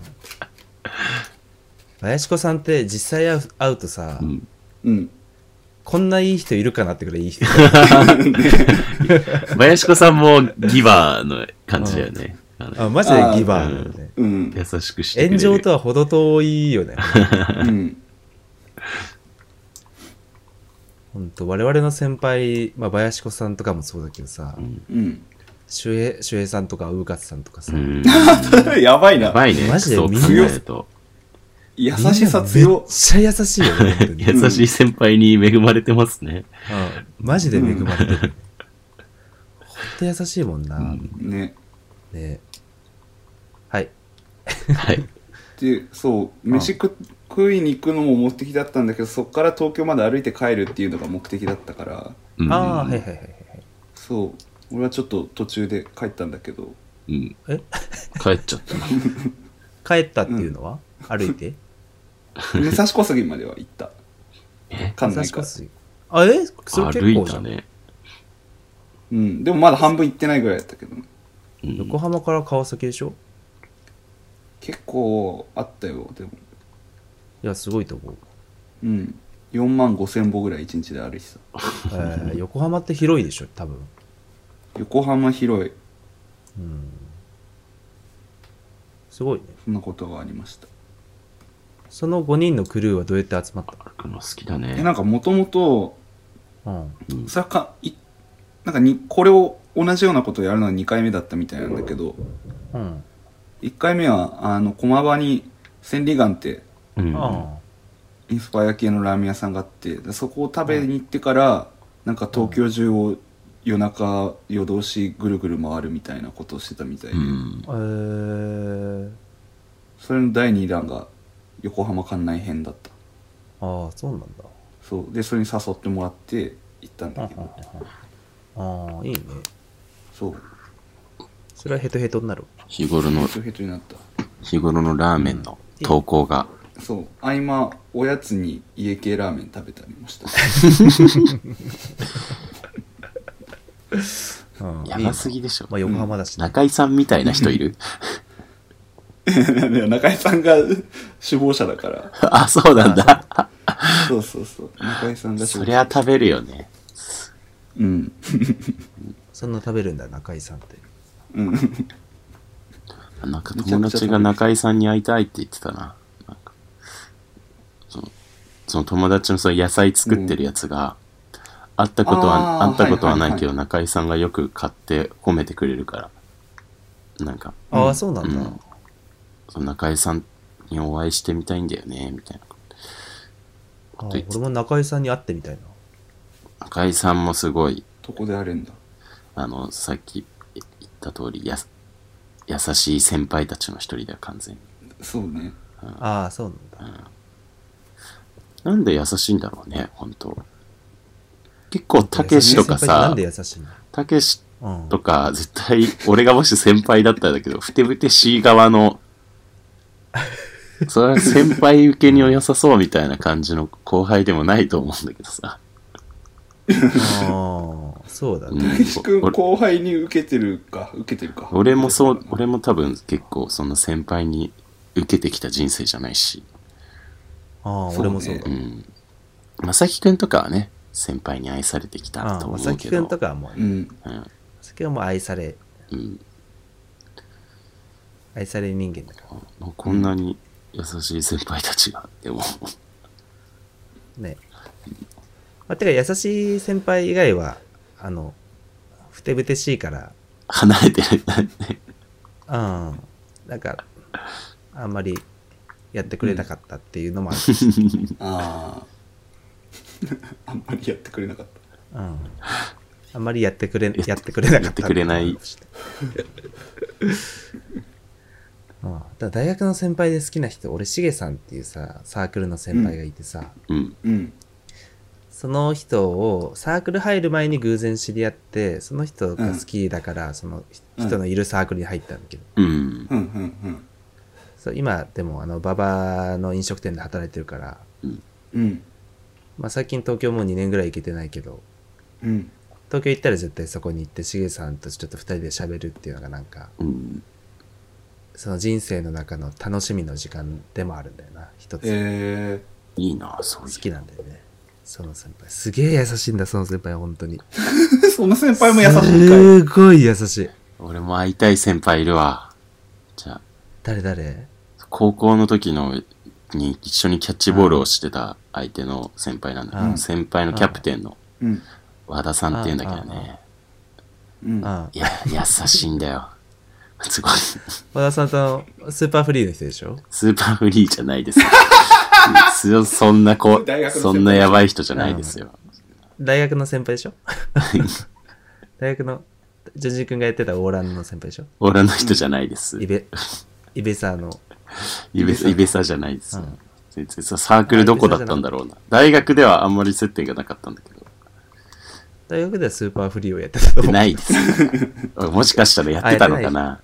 [SPEAKER 3] 林子さんって実際会う会うとさ、
[SPEAKER 4] うん。
[SPEAKER 2] うん。
[SPEAKER 3] こんないい人いるかなってくらいいい人。
[SPEAKER 4] 林子さんもギバーの感じだよね。あの
[SPEAKER 3] あマジでギバーなんだね。
[SPEAKER 2] うん。
[SPEAKER 4] 優しくしてくれ
[SPEAKER 3] 炎
[SPEAKER 4] る。
[SPEAKER 3] 上とは程遠いよね。
[SPEAKER 2] うん。
[SPEAKER 3] ほんと、我々の先輩、まあ、林子さんとかもそうだけどさ、
[SPEAKER 2] うん。
[SPEAKER 3] 周平、周平さんとか、ウーカツさんとかさ、
[SPEAKER 4] うん。
[SPEAKER 2] やばい
[SPEAKER 4] や
[SPEAKER 2] な。
[SPEAKER 4] ばい ね。
[SPEAKER 3] マジで
[SPEAKER 4] そう考
[SPEAKER 3] みんな
[SPEAKER 4] えると。
[SPEAKER 2] 優しさ強
[SPEAKER 3] めっ。ちゃ優しいよ ね、本当にうん
[SPEAKER 4] 優しい先輩に恵まれてますね。
[SPEAKER 3] マジで恵まれてる。ほんと優しいもんな。
[SPEAKER 2] ね。
[SPEAKER 3] ねはい。
[SPEAKER 4] はい。
[SPEAKER 2] で、そう、飯食食いに行くのも目的だったんだけど、そこから東京まで歩いて帰るっていうのが目的だったから、
[SPEAKER 4] うん
[SPEAKER 3] ああ、はいはいはいはい。
[SPEAKER 2] そう、俺はちょっと途中で帰ったんだけど、
[SPEAKER 4] うん。
[SPEAKER 3] え
[SPEAKER 4] 帰っちゃったな。
[SPEAKER 3] 帰ったっていうのは、歩いて
[SPEAKER 2] 武蔵小杉までは行った。
[SPEAKER 4] え
[SPEAKER 2] 館内か。
[SPEAKER 3] からすあ、えそれ
[SPEAKER 4] 歩
[SPEAKER 3] 結
[SPEAKER 4] い
[SPEAKER 3] 構じゃ
[SPEAKER 4] た
[SPEAKER 3] ん、
[SPEAKER 4] ね。
[SPEAKER 2] うん、でもまだ半分行ってないぐらいだったけど、
[SPEAKER 4] うん
[SPEAKER 3] 横浜から川崎でしょ
[SPEAKER 2] 結構あったよ、でも。
[SPEAKER 3] いや、すごいと 思う。
[SPEAKER 2] うん。4万5千歩ぐらい一日で歩いてた。
[SPEAKER 3] えー横浜って広いでしょ、多分。
[SPEAKER 2] 横浜広い、
[SPEAKER 3] うん。すごいね。
[SPEAKER 2] そんなことがありました。
[SPEAKER 3] その5人のクルーはどうやって集まっ
[SPEAKER 4] 歩くの好きだ
[SPEAKER 2] え、
[SPEAKER 4] ね。
[SPEAKER 2] なんかもともと、
[SPEAKER 3] たうん。
[SPEAKER 2] それはかいなんかに、これを同じようなことをやるのは2回目だったみたいなんだけど、
[SPEAKER 3] うん。
[SPEAKER 2] 1回目はあの駒場に千里眼って
[SPEAKER 4] うん。
[SPEAKER 3] あ
[SPEAKER 2] インスパイア系のラーメン屋さんがあってでそこを食べに行ってから、なんか東京中を夜中夜通しぐるぐる回るみたいなことをしてたみたいで、
[SPEAKER 4] うん。
[SPEAKER 3] あ。えー。
[SPEAKER 2] それの第2弾が横浜館内編だった
[SPEAKER 3] ああ、そうなんだ。
[SPEAKER 2] そうでそれに誘ってもらって行ったんだけど
[SPEAKER 3] ああ、いいね。
[SPEAKER 2] そう
[SPEAKER 3] それはヘトヘトになる。
[SPEAKER 4] 日頃
[SPEAKER 2] ヘ
[SPEAKER 4] の、
[SPEAKER 2] トヘトになった
[SPEAKER 4] 日頃のラーメンの投稿が。
[SPEAKER 2] そう合間おやつに家系ラーメン食べたりもした
[SPEAKER 3] うん
[SPEAKER 4] やばすぎでしょ
[SPEAKER 3] ま。あ、横浜だしね、
[SPEAKER 4] 中井さんみたいな人いる
[SPEAKER 2] 中井さんが首謀者だから
[SPEAKER 4] あ、そうなんだ。
[SPEAKER 2] そうそうそう中井さんが首
[SPEAKER 4] そ
[SPEAKER 2] 謀
[SPEAKER 4] り
[SPEAKER 2] 者
[SPEAKER 4] ゃ食べるよね。
[SPEAKER 2] うん
[SPEAKER 3] そんな食べるんだ、中井さんって。
[SPEAKER 2] うん
[SPEAKER 4] なんか友達が中井さんに会いたいって言ってたな。なんかそのその友達のその野菜作ってるやつが、会ったことは、
[SPEAKER 2] あー
[SPEAKER 4] 会ったことはないけ
[SPEAKER 2] は
[SPEAKER 4] ど、中井さんがよく買って褒めてくれるから。なんか、
[SPEAKER 3] ああ、そうな
[SPEAKER 4] うん
[SPEAKER 3] だ。
[SPEAKER 4] ん、その中井さんにお会いしてみたいんだよね、みたいな。
[SPEAKER 3] ああ俺も中井さんに会ってみたいな。
[SPEAKER 4] 中井さんもすごい、
[SPEAKER 2] どこであるんだ
[SPEAKER 4] あの、さっき言った通り、やさ優しい先輩たちの一人だよ、完全に。
[SPEAKER 2] そうね
[SPEAKER 3] ああ、そうなんだ。
[SPEAKER 4] なんで優しいんだろうね、本当結構、たけしとか
[SPEAKER 3] 先輩ってな
[SPEAKER 4] さ
[SPEAKER 3] んで、優しいの
[SPEAKER 4] たけし
[SPEAKER 3] うん。
[SPEAKER 4] とか、絶対、俺がもし先輩だったんだけど、ふてぶてしい側の、それは先輩受けに良さそうみたいな感じの後輩でもないと思うんだけど
[SPEAKER 3] あ
[SPEAKER 4] さ。
[SPEAKER 3] あ、そうだ
[SPEAKER 4] う
[SPEAKER 3] ね。
[SPEAKER 4] ん
[SPEAKER 2] 岸君
[SPEAKER 4] 俺
[SPEAKER 2] 後輩に受けてるか受けてるか
[SPEAKER 4] 俺もそう、俺も多分結構そんな先輩に受けてきた人生じゃないし。
[SPEAKER 3] ああ、俺もそうだ
[SPEAKER 2] そうね。
[SPEAKER 4] ん。まさきくんとかはね、先輩に愛されてきた
[SPEAKER 3] あ
[SPEAKER 4] と
[SPEAKER 3] あ、ま
[SPEAKER 4] 思うけど。
[SPEAKER 3] さきくんとかはもう、
[SPEAKER 2] う
[SPEAKER 3] ま
[SPEAKER 2] ん
[SPEAKER 4] うん。
[SPEAKER 3] さきはもう愛され、
[SPEAKER 4] うん。
[SPEAKER 3] 愛され人間だから。
[SPEAKER 4] もうこんなに優しい先輩たちが、でも、
[SPEAKER 3] ね。まあ、てか、優しい先輩以外は、あの、ふてぶてしいから、
[SPEAKER 4] 離れてるんだね。
[SPEAKER 3] うん。なんか、あんまりやってくれなかったっていうのもある。
[SPEAKER 2] あ ああんまりやってくれなかっ
[SPEAKER 3] うん。あんまりやってくれ、やってくれなかった。
[SPEAKER 4] やってくれない。
[SPEAKER 3] うん、だから大学の先輩で好きな人、俺、しげさんっていうさ、サークルの先輩がいてさ、
[SPEAKER 4] うん。
[SPEAKER 2] たうん
[SPEAKER 3] その人をサークル入る前に偶然知り合って、その人が好きだから、その人のいるサークルに入ったんだけど、
[SPEAKER 4] うん。
[SPEAKER 2] うんうん
[SPEAKER 3] そう今でもあの馬場の飲食店で働いてるから、
[SPEAKER 2] うんうん
[SPEAKER 3] まあ、最近東京もう2年ぐらい行けてないけど
[SPEAKER 2] うん
[SPEAKER 3] 東京行ったら絶対そこに行ってしげさんとちょっと2人で喋るっていうのがなんか
[SPEAKER 4] うん。
[SPEAKER 3] その人生の中の楽しみの時間でもあるんだよな一つ、
[SPEAKER 2] え
[SPEAKER 4] いいな、そう
[SPEAKER 3] 好
[SPEAKER 4] いう。
[SPEAKER 3] きなんだよねその先輩すげえ優しいんだその先輩本当に
[SPEAKER 2] ー、 そんな先輩も優しいんかい
[SPEAKER 3] すごい優しい
[SPEAKER 4] 俺も会いたい先輩いるわ。じゃあ、
[SPEAKER 3] 誰誰
[SPEAKER 4] 高校の時の、に一緒にキャッチボールをしてた相手の先輩なんだけ
[SPEAKER 3] う
[SPEAKER 4] ど、
[SPEAKER 3] ん
[SPEAKER 4] 先輩のキャプテンの
[SPEAKER 2] うん
[SPEAKER 4] 和田さんって言うんだけどね。
[SPEAKER 2] うん
[SPEAKER 3] ああ
[SPEAKER 4] いや、優しいんだよ。すごい。
[SPEAKER 3] 和田さんとスーパーフリーの人でしょ
[SPEAKER 4] スーパーフリーじゃないですよ。そそんな子
[SPEAKER 2] 大学の先輩、
[SPEAKER 4] そんなやばい人じゃないですよ。
[SPEAKER 3] 大学の先輩でしょ大学のジョジー君がやってたオーランの先輩でしょ
[SPEAKER 4] 俺の人じゃないです
[SPEAKER 3] イ。ベイベサーの
[SPEAKER 4] イベイベサじゃないですよ
[SPEAKER 3] うん。
[SPEAKER 4] 全然そうサークルどこだったんだろうな。大学ではあんまり接点がなかったんだけど。
[SPEAKER 3] 大学ではスーパーフリーをやってたと思う
[SPEAKER 4] ないです。 もしかしたらやってたのかな。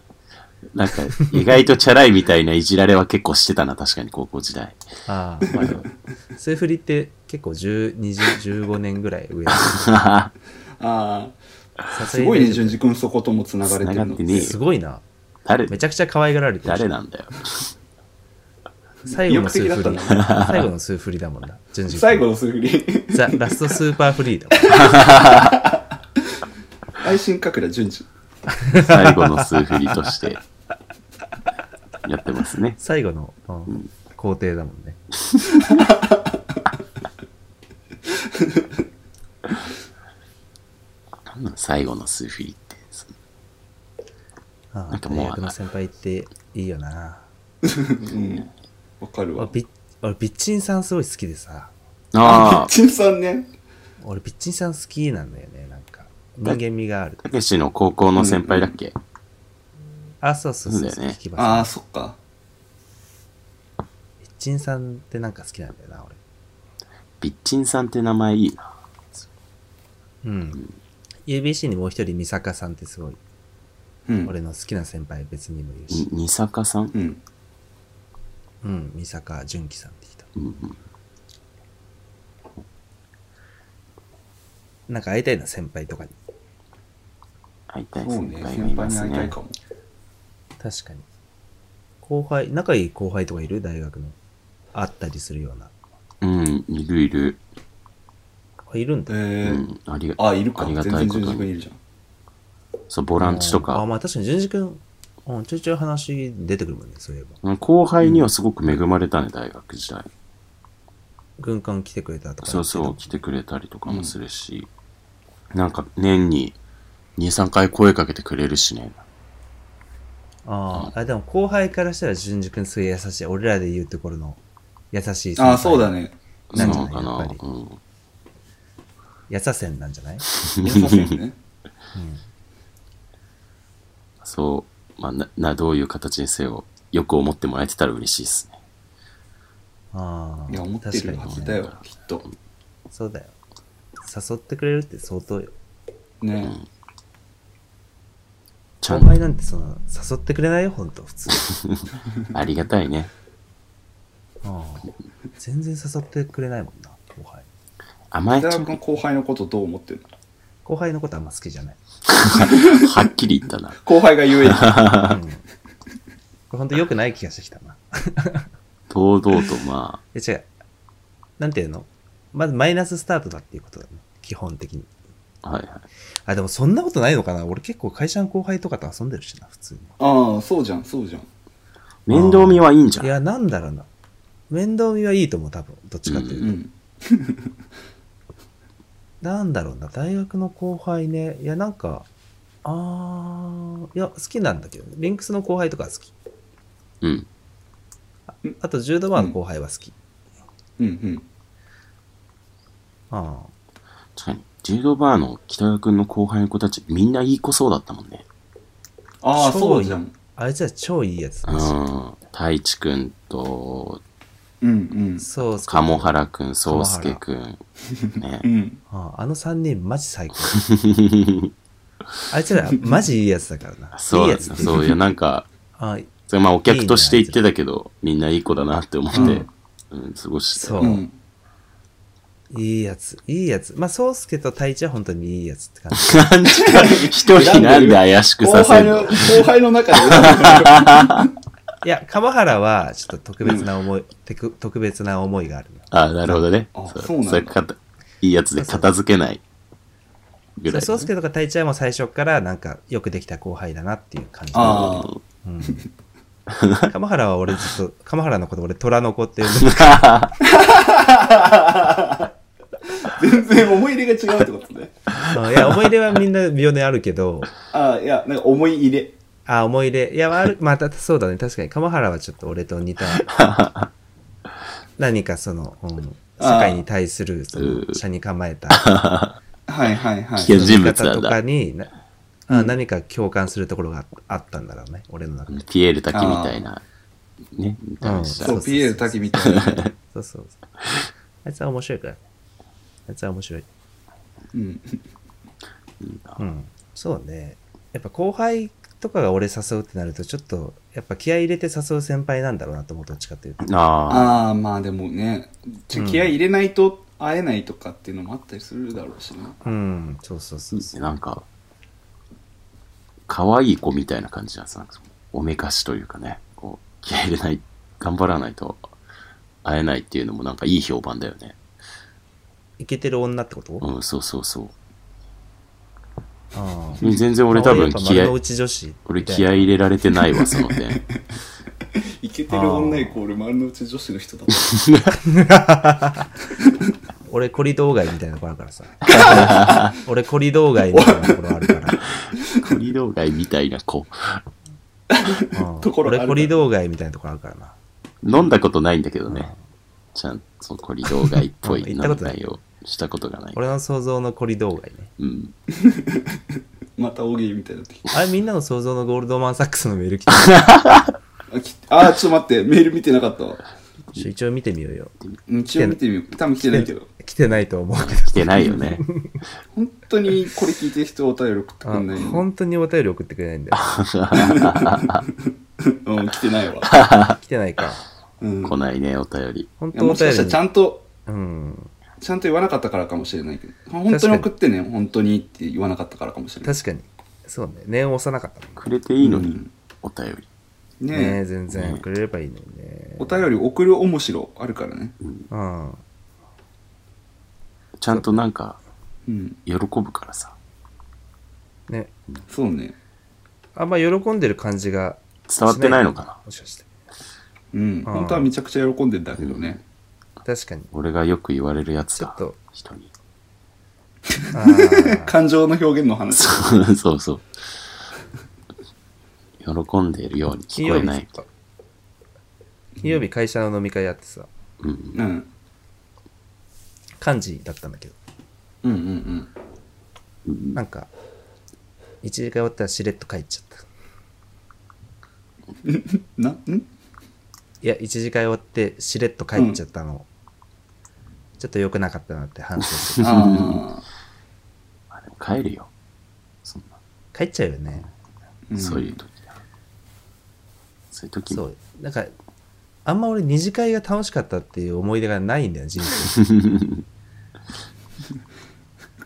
[SPEAKER 4] なんか、意外とチャラいみたいないじられは結構してたな、確かに高校時代。
[SPEAKER 3] ああ、まあでも、スーフリって結構10、20、15年ぐらい上。
[SPEAKER 4] 繋
[SPEAKER 2] ああ
[SPEAKER 3] さ
[SPEAKER 2] すごいね
[SPEAKER 3] す
[SPEAKER 2] 順次君そこともつながれて
[SPEAKER 4] が
[SPEAKER 2] る
[SPEAKER 4] っ
[SPEAKER 2] の
[SPEAKER 4] てねえ
[SPEAKER 3] す
[SPEAKER 4] よ。
[SPEAKER 3] ごいな。
[SPEAKER 4] 誰
[SPEAKER 3] め、ちゃくちゃ可愛がられてる
[SPEAKER 4] 誰なんだよ。
[SPEAKER 3] 最後のスーフ
[SPEAKER 2] 意
[SPEAKER 3] リ
[SPEAKER 2] 欲
[SPEAKER 3] ー。最後のスーフリーだもんな。順次君
[SPEAKER 2] 最後のすぐ に
[SPEAKER 3] ザ・ラストスーパーフリーだもん。
[SPEAKER 2] 愛心かくら順次
[SPEAKER 4] 最後の数振りとして、やってますね。
[SPEAKER 3] 最後の、うん、工程だもんね。
[SPEAKER 4] なんなん最後の数振りって。その
[SPEAKER 3] あ
[SPEAKER 4] な
[SPEAKER 3] あ、
[SPEAKER 4] んかもう
[SPEAKER 3] 大学の先輩っていいよな。
[SPEAKER 2] うんわかる
[SPEAKER 3] 俺
[SPEAKER 2] わ
[SPEAKER 3] ビッ俺、ビッチンさんすごい好きでさ。
[SPEAKER 4] ああ、
[SPEAKER 2] 陳さんね
[SPEAKER 3] 俺、ビッチンさん好きなんだよね、なんか。人間味がある。
[SPEAKER 4] たけしの高校の先輩だっけ、
[SPEAKER 3] あ、そうそうそう
[SPEAKER 4] そう
[SPEAKER 3] そ
[SPEAKER 4] だ
[SPEAKER 3] う、
[SPEAKER 4] よね
[SPEAKER 3] 聞き
[SPEAKER 2] あ
[SPEAKER 3] ま
[SPEAKER 2] あ
[SPEAKER 3] す。
[SPEAKER 2] そっか
[SPEAKER 3] ビッチンさんってなんか好きなんだよな、俺。
[SPEAKER 4] ビッチンさんって名前いいな。
[SPEAKER 3] うん。UBC にもう一人、三坂さんってすごい、
[SPEAKER 2] うん
[SPEAKER 3] 俺の好きな先輩別にもいる
[SPEAKER 4] に
[SPEAKER 3] し、
[SPEAKER 4] 二坂さん、
[SPEAKER 2] うん
[SPEAKER 3] うん、三坂純喜さんって人。
[SPEAKER 4] うんうん、
[SPEAKER 3] なんか会いたいな、先輩とかに。
[SPEAKER 4] 会いたい
[SPEAKER 2] そう
[SPEAKER 4] 先
[SPEAKER 2] ね
[SPEAKER 4] 輩がい
[SPEAKER 2] 先
[SPEAKER 4] ま
[SPEAKER 2] 輩に
[SPEAKER 4] す
[SPEAKER 2] 会いた
[SPEAKER 4] ね
[SPEAKER 2] いか。も
[SPEAKER 3] 確かに。後輩、仲いい後輩とかいる大学の。会ったりするような。
[SPEAKER 4] うん、いるいる。
[SPEAKER 3] あいるんだ。
[SPEAKER 4] う
[SPEAKER 2] えー
[SPEAKER 4] ん、ありが
[SPEAKER 2] あいるか
[SPEAKER 4] あり
[SPEAKER 2] 全
[SPEAKER 4] がたい
[SPEAKER 2] 然
[SPEAKER 4] こ
[SPEAKER 2] 順
[SPEAKER 4] と
[SPEAKER 2] 次君
[SPEAKER 4] に。
[SPEAKER 2] いるじゃん
[SPEAKER 4] そう、ボランチと
[SPEAKER 3] うんあ、
[SPEAKER 4] か。
[SPEAKER 3] まあ確かに、淳二君、うん、ちょいちょい話出てくるもんね、そういえば。
[SPEAKER 4] 後輩にはすごく恵まれたね、大学時代。
[SPEAKER 3] 軍艦来てくれたとか言
[SPEAKER 4] そう
[SPEAKER 3] ってた
[SPEAKER 4] そう、来てくれたりとかもするし、なんか年に2、3回声かけてくれるしね。
[SPEAKER 3] ああ、あ、でも後輩からしたら淳二君すごい優しい。俺らで言うところの優しい先輩。
[SPEAKER 2] ああそうだ。ね
[SPEAKER 4] そ
[SPEAKER 3] な
[SPEAKER 4] うん
[SPEAKER 3] じゃ
[SPEAKER 4] な
[SPEAKER 3] な
[SPEAKER 4] の
[SPEAKER 3] いやっ
[SPEAKER 4] か
[SPEAKER 3] ぱ。
[SPEAKER 4] な
[SPEAKER 3] り
[SPEAKER 4] うん。
[SPEAKER 3] 優しさんなんじゃない
[SPEAKER 2] 優しいね
[SPEAKER 4] そう、まあ、な、な、どういう形にせよ、よく思ってもらえてたら嬉しいですね。
[SPEAKER 3] ああ。
[SPEAKER 2] いや思ってるはず
[SPEAKER 3] 確
[SPEAKER 2] だ
[SPEAKER 3] かにね
[SPEAKER 2] よきっと
[SPEAKER 3] そうだよ。誘ってくれるって相当よ。
[SPEAKER 2] ね
[SPEAKER 4] ちゃ
[SPEAKER 3] 後
[SPEAKER 4] ん
[SPEAKER 3] 輩なんてその、誘ってくれないよ、ほんと、普通。
[SPEAKER 4] ありがた いね。
[SPEAKER 3] ああ全然誘ってくれないもんな、後輩。
[SPEAKER 4] 甘え
[SPEAKER 2] 北
[SPEAKER 4] ちゃ
[SPEAKER 2] 川
[SPEAKER 4] う。
[SPEAKER 2] 君後輩のことどう思ってるの
[SPEAKER 3] 後輩のことあんま好きじゃない。
[SPEAKER 4] はっきり言ったな。
[SPEAKER 2] 後輩が言 え
[SPEAKER 3] うんこれほんと良くない気がしてきたな。
[SPEAKER 4] 堂々と、ま
[SPEAKER 3] え、違う。なんていうのまずマイナススタートだっていうことだね。基本的に。
[SPEAKER 4] あ、はいはい。
[SPEAKER 3] あ、でもそんなことないのかな俺結構会社の後輩とかと遊んでるしな、普通に。
[SPEAKER 2] ああそうじゃんそうじゃん
[SPEAKER 4] 面倒見はいいんじゃ
[SPEAKER 3] い
[SPEAKER 4] ん。
[SPEAKER 3] や、なんだろうな。面倒見はいいと思う、多分。どっちかっていうと。
[SPEAKER 2] うん
[SPEAKER 3] なんだろうな、大学の後輩ね。いや、なんか、あー、いや、好きなんだけど、ね、リンクスの後輩とかは好き。
[SPEAKER 4] うん。
[SPEAKER 3] あと、柔道バーの後輩は好き。
[SPEAKER 2] うんうん
[SPEAKER 3] ああ
[SPEAKER 4] 確かに。柔道バーの北川くんの後輩の子たち、みんないい子そうだったもんね。
[SPEAKER 2] ああ
[SPEAKER 3] 超
[SPEAKER 2] そうじゃん
[SPEAKER 3] あいつら超いいやつ
[SPEAKER 4] う
[SPEAKER 3] だし。
[SPEAKER 4] ん。太一くんと、
[SPEAKER 2] うん
[SPEAKER 3] そうそう。
[SPEAKER 4] 鴨原くん、宗介くん。ね
[SPEAKER 2] う。んうん
[SPEAKER 3] あああの3人、マジ最 高。あいつら、マジいいやつだからな。
[SPEAKER 4] そ
[SPEAKER 3] いうい
[SPEAKER 4] だ
[SPEAKER 3] や
[SPEAKER 4] ね
[SPEAKER 3] つって
[SPEAKER 4] そういや、なんか、
[SPEAKER 3] ああ
[SPEAKER 4] それまあお客として言ってたけど、みんないい子だなって思って、うん、過ごしてた。
[SPEAKER 3] そう、
[SPEAKER 2] うん
[SPEAKER 3] いいいやつ、いいやつ。まあ、宗介と太一は本当にいいやつって感じ。
[SPEAKER 4] なんで 一人なんで怪しく
[SPEAKER 2] 後
[SPEAKER 4] させ
[SPEAKER 2] 輩
[SPEAKER 4] る
[SPEAKER 2] の、
[SPEAKER 4] の
[SPEAKER 2] 後輩の中で。
[SPEAKER 3] いや、鎌原は、ちょっと特別な思い、てく特別な思いがあるな。
[SPEAKER 4] あなるほどね。
[SPEAKER 2] あ
[SPEAKER 4] そう
[SPEAKER 2] そうなんだ
[SPEAKER 4] それかたいいやつで片付けないぐらい。
[SPEAKER 3] 宗介とか太一はもう最初から、なんか、よくできた後輩だなっていう感じ。
[SPEAKER 2] ああ。
[SPEAKER 3] うん。鎌原は俺ずっと、鎌原のこと俺、虎の子って呼 んでる。
[SPEAKER 2] 全然思い入れが違うってことね。
[SPEAKER 3] うんいや、思い出はみんな秒であるけど、
[SPEAKER 2] ああ、いや、なんか思い入れ。
[SPEAKER 3] あ、思い出。いや、ある、また、そうだね。確かに、鎌原はちょっと俺と似た、 何かその、うん、社会に対する、その、社に構えた、
[SPEAKER 2] はいはいはい。
[SPEAKER 4] 危険 人物
[SPEAKER 3] 方
[SPEAKER 4] なん
[SPEAKER 3] とか
[SPEAKER 4] だ。
[SPEAKER 3] に、なあ何か共感するところがああったんだろうね。俺の中で。
[SPEAKER 4] ピエール滝みたいな。ね。みたいな
[SPEAKER 2] そう、ピエール滝みたいな。
[SPEAKER 3] そうそうそう。あいつは面白いから。あいつは面白い。
[SPEAKER 2] うん。
[SPEAKER 3] うん。そうね。やっぱ後輩とかが俺誘うってなると、ちょっと、やっぱ気合い入れて誘う先輩なんだろうなと思うどっちかというと。
[SPEAKER 4] ああ。
[SPEAKER 2] ああ、まあでもね、じゃ気合い入れないと会えないとかっていうのもあったりするだろうしな。
[SPEAKER 3] うん。そうそうそうそう。
[SPEAKER 4] なんか、可愛い子みたいな感じなんですなんかおめかしというかね。こう、気合い入れない、頑張らないと会えないっていうのもなんかいい評判だよね。
[SPEAKER 3] いけてる女ってこと
[SPEAKER 4] うん、そうそうそう。
[SPEAKER 3] ああ。
[SPEAKER 4] 全然俺多分気
[SPEAKER 3] やっぱ丸
[SPEAKER 4] 合
[SPEAKER 3] の
[SPEAKER 4] い、
[SPEAKER 3] 内女子みたいな。
[SPEAKER 4] 俺気合い入れられてない わ、その点。
[SPEAKER 2] イケてる女イコール丸の内女子の人だった。
[SPEAKER 3] 俺コリドー街みたいなとこあるからさ。俺コリドー街みたいなところあるから。
[SPEAKER 4] コリドー街みたいな子。
[SPEAKER 3] うん
[SPEAKER 2] ところある
[SPEAKER 3] 俺コリドー街みたいなところあるからな。
[SPEAKER 4] 飲んだことないんだけどね。ちゃんとコリドー街っ ぽ
[SPEAKER 3] うん
[SPEAKER 4] い
[SPEAKER 3] 行
[SPEAKER 4] 飲
[SPEAKER 3] ったこ
[SPEAKER 4] み
[SPEAKER 3] とない
[SPEAKER 4] 会をしたことがない。
[SPEAKER 3] 俺の想像のコリドー街ね。
[SPEAKER 4] うん。
[SPEAKER 2] また大喜利みたいになってきた
[SPEAKER 3] あれみんなの想像のゴールドマンサックスのメール来て
[SPEAKER 2] あきあー、ちょっと待って、メール見てなかったわ。
[SPEAKER 3] る一応見てみようよ。
[SPEAKER 2] 一応見てみよう。多分来てないけど。
[SPEAKER 3] 来てないと思 う け
[SPEAKER 4] 来てないよね。
[SPEAKER 2] 本当にこれ聞いてる人お便り送って
[SPEAKER 3] ど。
[SPEAKER 2] くんない
[SPEAKER 3] あ
[SPEAKER 2] よ。
[SPEAKER 3] 本当にお便り送ってくれないんだよ。
[SPEAKER 2] うん、来てない わ。
[SPEAKER 3] 来てないか。
[SPEAKER 2] うん。い
[SPEAKER 4] 来ないね、お便り。
[SPEAKER 3] 本
[SPEAKER 2] や
[SPEAKER 3] 当お
[SPEAKER 2] もし
[SPEAKER 3] 便
[SPEAKER 2] かし
[SPEAKER 3] り
[SPEAKER 2] たら
[SPEAKER 3] に
[SPEAKER 2] ちゃんと、
[SPEAKER 3] うん。
[SPEAKER 2] ちゃんと言わなかったからかもしれないけど。本当に送ってね、本当にって言わなかったからかもしれない。
[SPEAKER 3] 確かに。そうね。念を押さなかったもん
[SPEAKER 4] くれていいの
[SPEAKER 2] う
[SPEAKER 4] に
[SPEAKER 2] ん、
[SPEAKER 4] お便り。
[SPEAKER 2] ね
[SPEAKER 3] ね。
[SPEAKER 2] え
[SPEAKER 3] ね全然くれればいいのにね。
[SPEAKER 2] お便り送る面白あるからね。
[SPEAKER 3] うん。
[SPEAKER 4] ちゃんとなんか、
[SPEAKER 2] うん。
[SPEAKER 4] 喜ぶからさ。
[SPEAKER 3] ね。
[SPEAKER 2] そうね。
[SPEAKER 3] あんま喜んでる感じが
[SPEAKER 4] 伝わってないのかな
[SPEAKER 3] もしかして。
[SPEAKER 2] うん。
[SPEAKER 3] あー
[SPEAKER 2] 本当はめちゃくちゃ喜んでんだけどね。
[SPEAKER 3] 確かに。
[SPEAKER 4] 俺がよく言われるやつ
[SPEAKER 3] ちょっ
[SPEAKER 4] だ。
[SPEAKER 3] と。
[SPEAKER 4] 人に。
[SPEAKER 3] あー
[SPEAKER 2] 感情の表現の話。
[SPEAKER 4] そうそうそう。 喜んでいるように
[SPEAKER 3] 金
[SPEAKER 4] 聞こ
[SPEAKER 3] 曜
[SPEAKER 4] え
[SPEAKER 3] 日
[SPEAKER 4] ない。
[SPEAKER 3] 金曜日会社の飲み会やってさ、
[SPEAKER 4] うん。
[SPEAKER 2] うん。
[SPEAKER 3] 幹事だったんだけど、
[SPEAKER 2] うんうんうん。
[SPEAKER 3] なんか、一時会終わったらしれっと帰っちゃった。
[SPEAKER 2] な、ん
[SPEAKER 3] いや、一時会終わってしれっと帰っちゃったの、ちょっと良くなかったなって反省 する。
[SPEAKER 2] あ
[SPEAKER 4] まあでも帰るよ。そんな。
[SPEAKER 3] 帰っちゃうよね。
[SPEAKER 2] あ。
[SPEAKER 4] そういう時だ。そういう時
[SPEAKER 3] そ
[SPEAKER 4] も
[SPEAKER 3] う。なんか、あんま俺二次会が楽しかったっていう思い出がないんだよ、人生。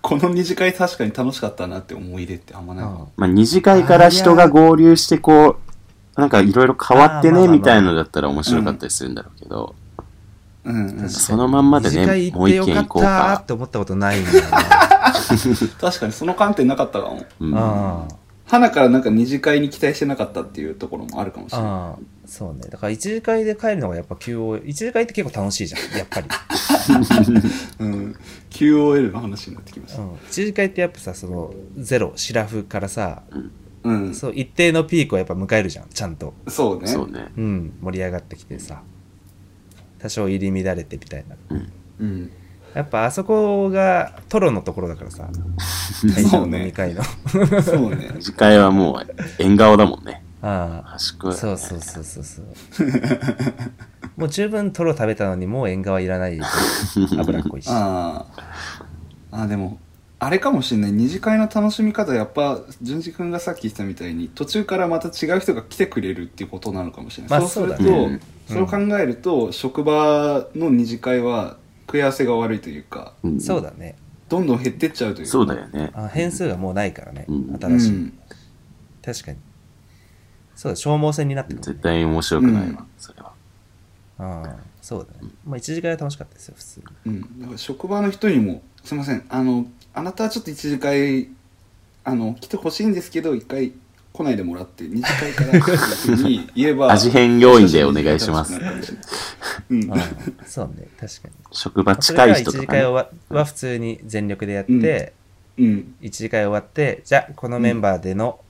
[SPEAKER 2] この二次会確かに楽しかったなって思い出ってあんまないわ。
[SPEAKER 3] あ
[SPEAKER 4] まあ、二次会から人が合流してこう、なんかいろいろ変わって
[SPEAKER 3] あーまあまあ
[SPEAKER 4] ね、
[SPEAKER 3] まあ
[SPEAKER 4] みたいのだったら面白かったりするんだろうけど、
[SPEAKER 2] うんうん。
[SPEAKER 4] その まんまで
[SPEAKER 3] 二次会
[SPEAKER 4] ね、も
[SPEAKER 3] 行っ
[SPEAKER 4] う
[SPEAKER 3] て
[SPEAKER 4] 一
[SPEAKER 3] よかっ
[SPEAKER 4] 軒行こう
[SPEAKER 3] たっ
[SPEAKER 4] か。
[SPEAKER 3] て思ったことないんだよね。
[SPEAKER 2] 確かにその観点なかったかも。
[SPEAKER 4] うん、
[SPEAKER 3] ああ。
[SPEAKER 2] 花からなんか二次会に期待してなかったっていうところもあるかもしれない。
[SPEAKER 3] ああ、そうね。だから一次会で帰るのがやっぱ QO、一次会って結構楽しいじゃ ん、やっぱり。
[SPEAKER 2] うん。QOL の話になってきまし
[SPEAKER 3] う
[SPEAKER 2] た。
[SPEAKER 3] ん、一次会ってやっぱさ、その、ゼロ、シラフからさ、
[SPEAKER 2] うん。
[SPEAKER 3] そう、一定のピークをやっぱ迎えるじゃん、ちゃんと。
[SPEAKER 2] そうね。
[SPEAKER 4] そうね。
[SPEAKER 3] うん、盛り上がってきてさ、多少入り乱れてみたいな。
[SPEAKER 2] うん。
[SPEAKER 3] やっぱあそこがトロのところだからさ、会社
[SPEAKER 2] そ
[SPEAKER 3] の
[SPEAKER 2] う
[SPEAKER 3] 飲み
[SPEAKER 2] ね。
[SPEAKER 3] 会の。
[SPEAKER 2] そうね。
[SPEAKER 4] 二次会はもう縁側だもんね。
[SPEAKER 3] あ
[SPEAKER 4] 端っこ
[SPEAKER 3] あ、
[SPEAKER 4] だよね
[SPEAKER 3] そうそうそうそう そう。もう十分トロ食べたのにもう縁側いら ない。脂っこいし。
[SPEAKER 2] あああでもあれかもしれない二次会の楽しみ方やっぱ淳二君がさっき言ってたみたいに途中からまた違う人が来てくれるっていうことなのかもしれない、
[SPEAKER 3] まあ
[SPEAKER 2] そうする
[SPEAKER 3] そう
[SPEAKER 4] だ
[SPEAKER 2] と
[SPEAKER 4] ね
[SPEAKER 2] それを考えると、職場の二次会は食い合わせが悪いというか
[SPEAKER 4] うん、
[SPEAKER 3] そうだね
[SPEAKER 2] どんどん減ってっちゃうというか
[SPEAKER 4] そうだよね。
[SPEAKER 3] あ変数がもうないからね、
[SPEAKER 4] うん
[SPEAKER 2] うん
[SPEAKER 3] 新しい、確かにそうだ消耗戦になってくる、ね、
[SPEAKER 4] 絶対面白くないわ、
[SPEAKER 2] う
[SPEAKER 4] それは。
[SPEAKER 3] ああそうだねまあ一時会は楽しかったですよ普通に
[SPEAKER 2] うん、だから職場の人にも「すいませんあのあなたはちょっと一次会あの来てほしいんですけど一回来ないでもらって二次会から」っていうふうに言えば
[SPEAKER 4] 味変要員でお願いします
[SPEAKER 2] うん、
[SPEAKER 3] ああそうね確かに
[SPEAKER 4] 職場近い人
[SPEAKER 3] それ
[SPEAKER 4] と
[SPEAKER 3] か
[SPEAKER 4] から
[SPEAKER 3] 一時会
[SPEAKER 4] ね。
[SPEAKER 3] はは普通に全力でやって、
[SPEAKER 2] うんうん、
[SPEAKER 3] 一時会終わってじゃあこのメンバーでの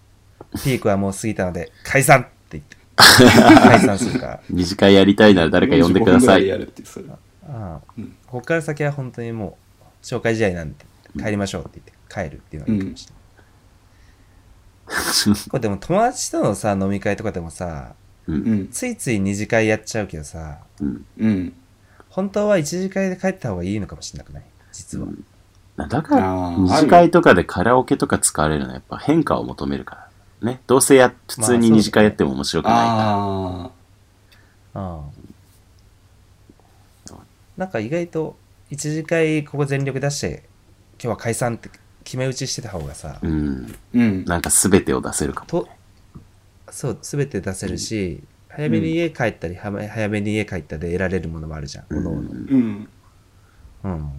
[SPEAKER 3] ピークはもう過ぎたので解散って言って 解散するから
[SPEAKER 4] 二次会やりたいなら誰か呼んでくだ
[SPEAKER 2] 45分ぐ
[SPEAKER 4] さ
[SPEAKER 2] ら
[SPEAKER 4] い。
[SPEAKER 2] やるってそれ
[SPEAKER 3] ああ、
[SPEAKER 2] うん
[SPEAKER 3] ここから先は本当にもう紹介試合なんて帰りましょうって言って帰るっていうのがいいかもし れない、これでも友達とのさ飲み会とかでもさ
[SPEAKER 4] うん。
[SPEAKER 2] うん
[SPEAKER 3] ついつい二次会やっちゃうけどさ
[SPEAKER 4] うん。
[SPEAKER 2] うん
[SPEAKER 3] 本当は一次会で帰った方がいいのかもしれなくない実は、
[SPEAKER 4] だから、
[SPEAKER 2] あー
[SPEAKER 4] 二次会とかでカラオケとか使われるのはやっぱ変化を求めるから。ね。どうせや、普通に二次会やっても面白くないか
[SPEAKER 2] あ
[SPEAKER 4] ら。
[SPEAKER 2] あ
[SPEAKER 3] ああなんか意外と一次会ここ全力出して今日は解散って決め打ちしてた方がさ、
[SPEAKER 4] うん。
[SPEAKER 2] うん
[SPEAKER 4] なんか全てを出せるかも。
[SPEAKER 3] とそう全て出せるし、早めに家帰ったりはめ早めに家帰ったで得られるものもあるじゃん、
[SPEAKER 4] う
[SPEAKER 3] おのおの
[SPEAKER 4] ん。
[SPEAKER 2] うん
[SPEAKER 3] うん、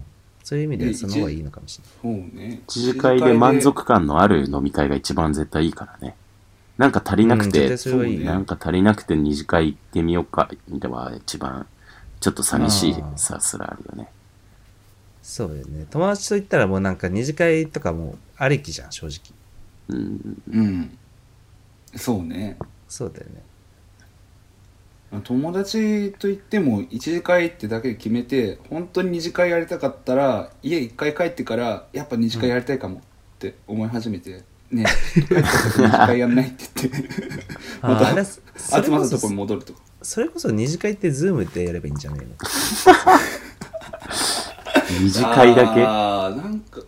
[SPEAKER 3] そういう意味ではその方がいいのかもしれない
[SPEAKER 2] そうね
[SPEAKER 4] 一次会で満足感のある飲み会が一番絶対いいからね。なんか足りなく
[SPEAKER 3] うん絶
[SPEAKER 4] て、
[SPEAKER 3] 対それはいいね
[SPEAKER 4] なんか足りなくて二次会行ってみようか、では一番、ちょっと寂しい
[SPEAKER 3] あー
[SPEAKER 4] さすらあるよね。
[SPEAKER 3] そうよね友達と行ったらもうなんか二次会とかもうありきじゃん正直
[SPEAKER 4] うん。
[SPEAKER 2] うんそうね
[SPEAKER 3] そうだよね
[SPEAKER 2] 友達といっても一次会ってだけで決めて本当に二次会やりたかったら家一回帰ってからやっぱ二次会やりたいかもって思い始めて、ね帰ったから二次会やんないって言って ま
[SPEAKER 3] あーあれ
[SPEAKER 2] た
[SPEAKER 3] そそれ
[SPEAKER 2] 集ま
[SPEAKER 3] こ
[SPEAKER 2] ったとこ
[SPEAKER 3] そ
[SPEAKER 2] ろに戻るとか
[SPEAKER 3] それこそ二次会ってズームでやればいいんじゃないの
[SPEAKER 4] 二次会だけ
[SPEAKER 2] ああなんか、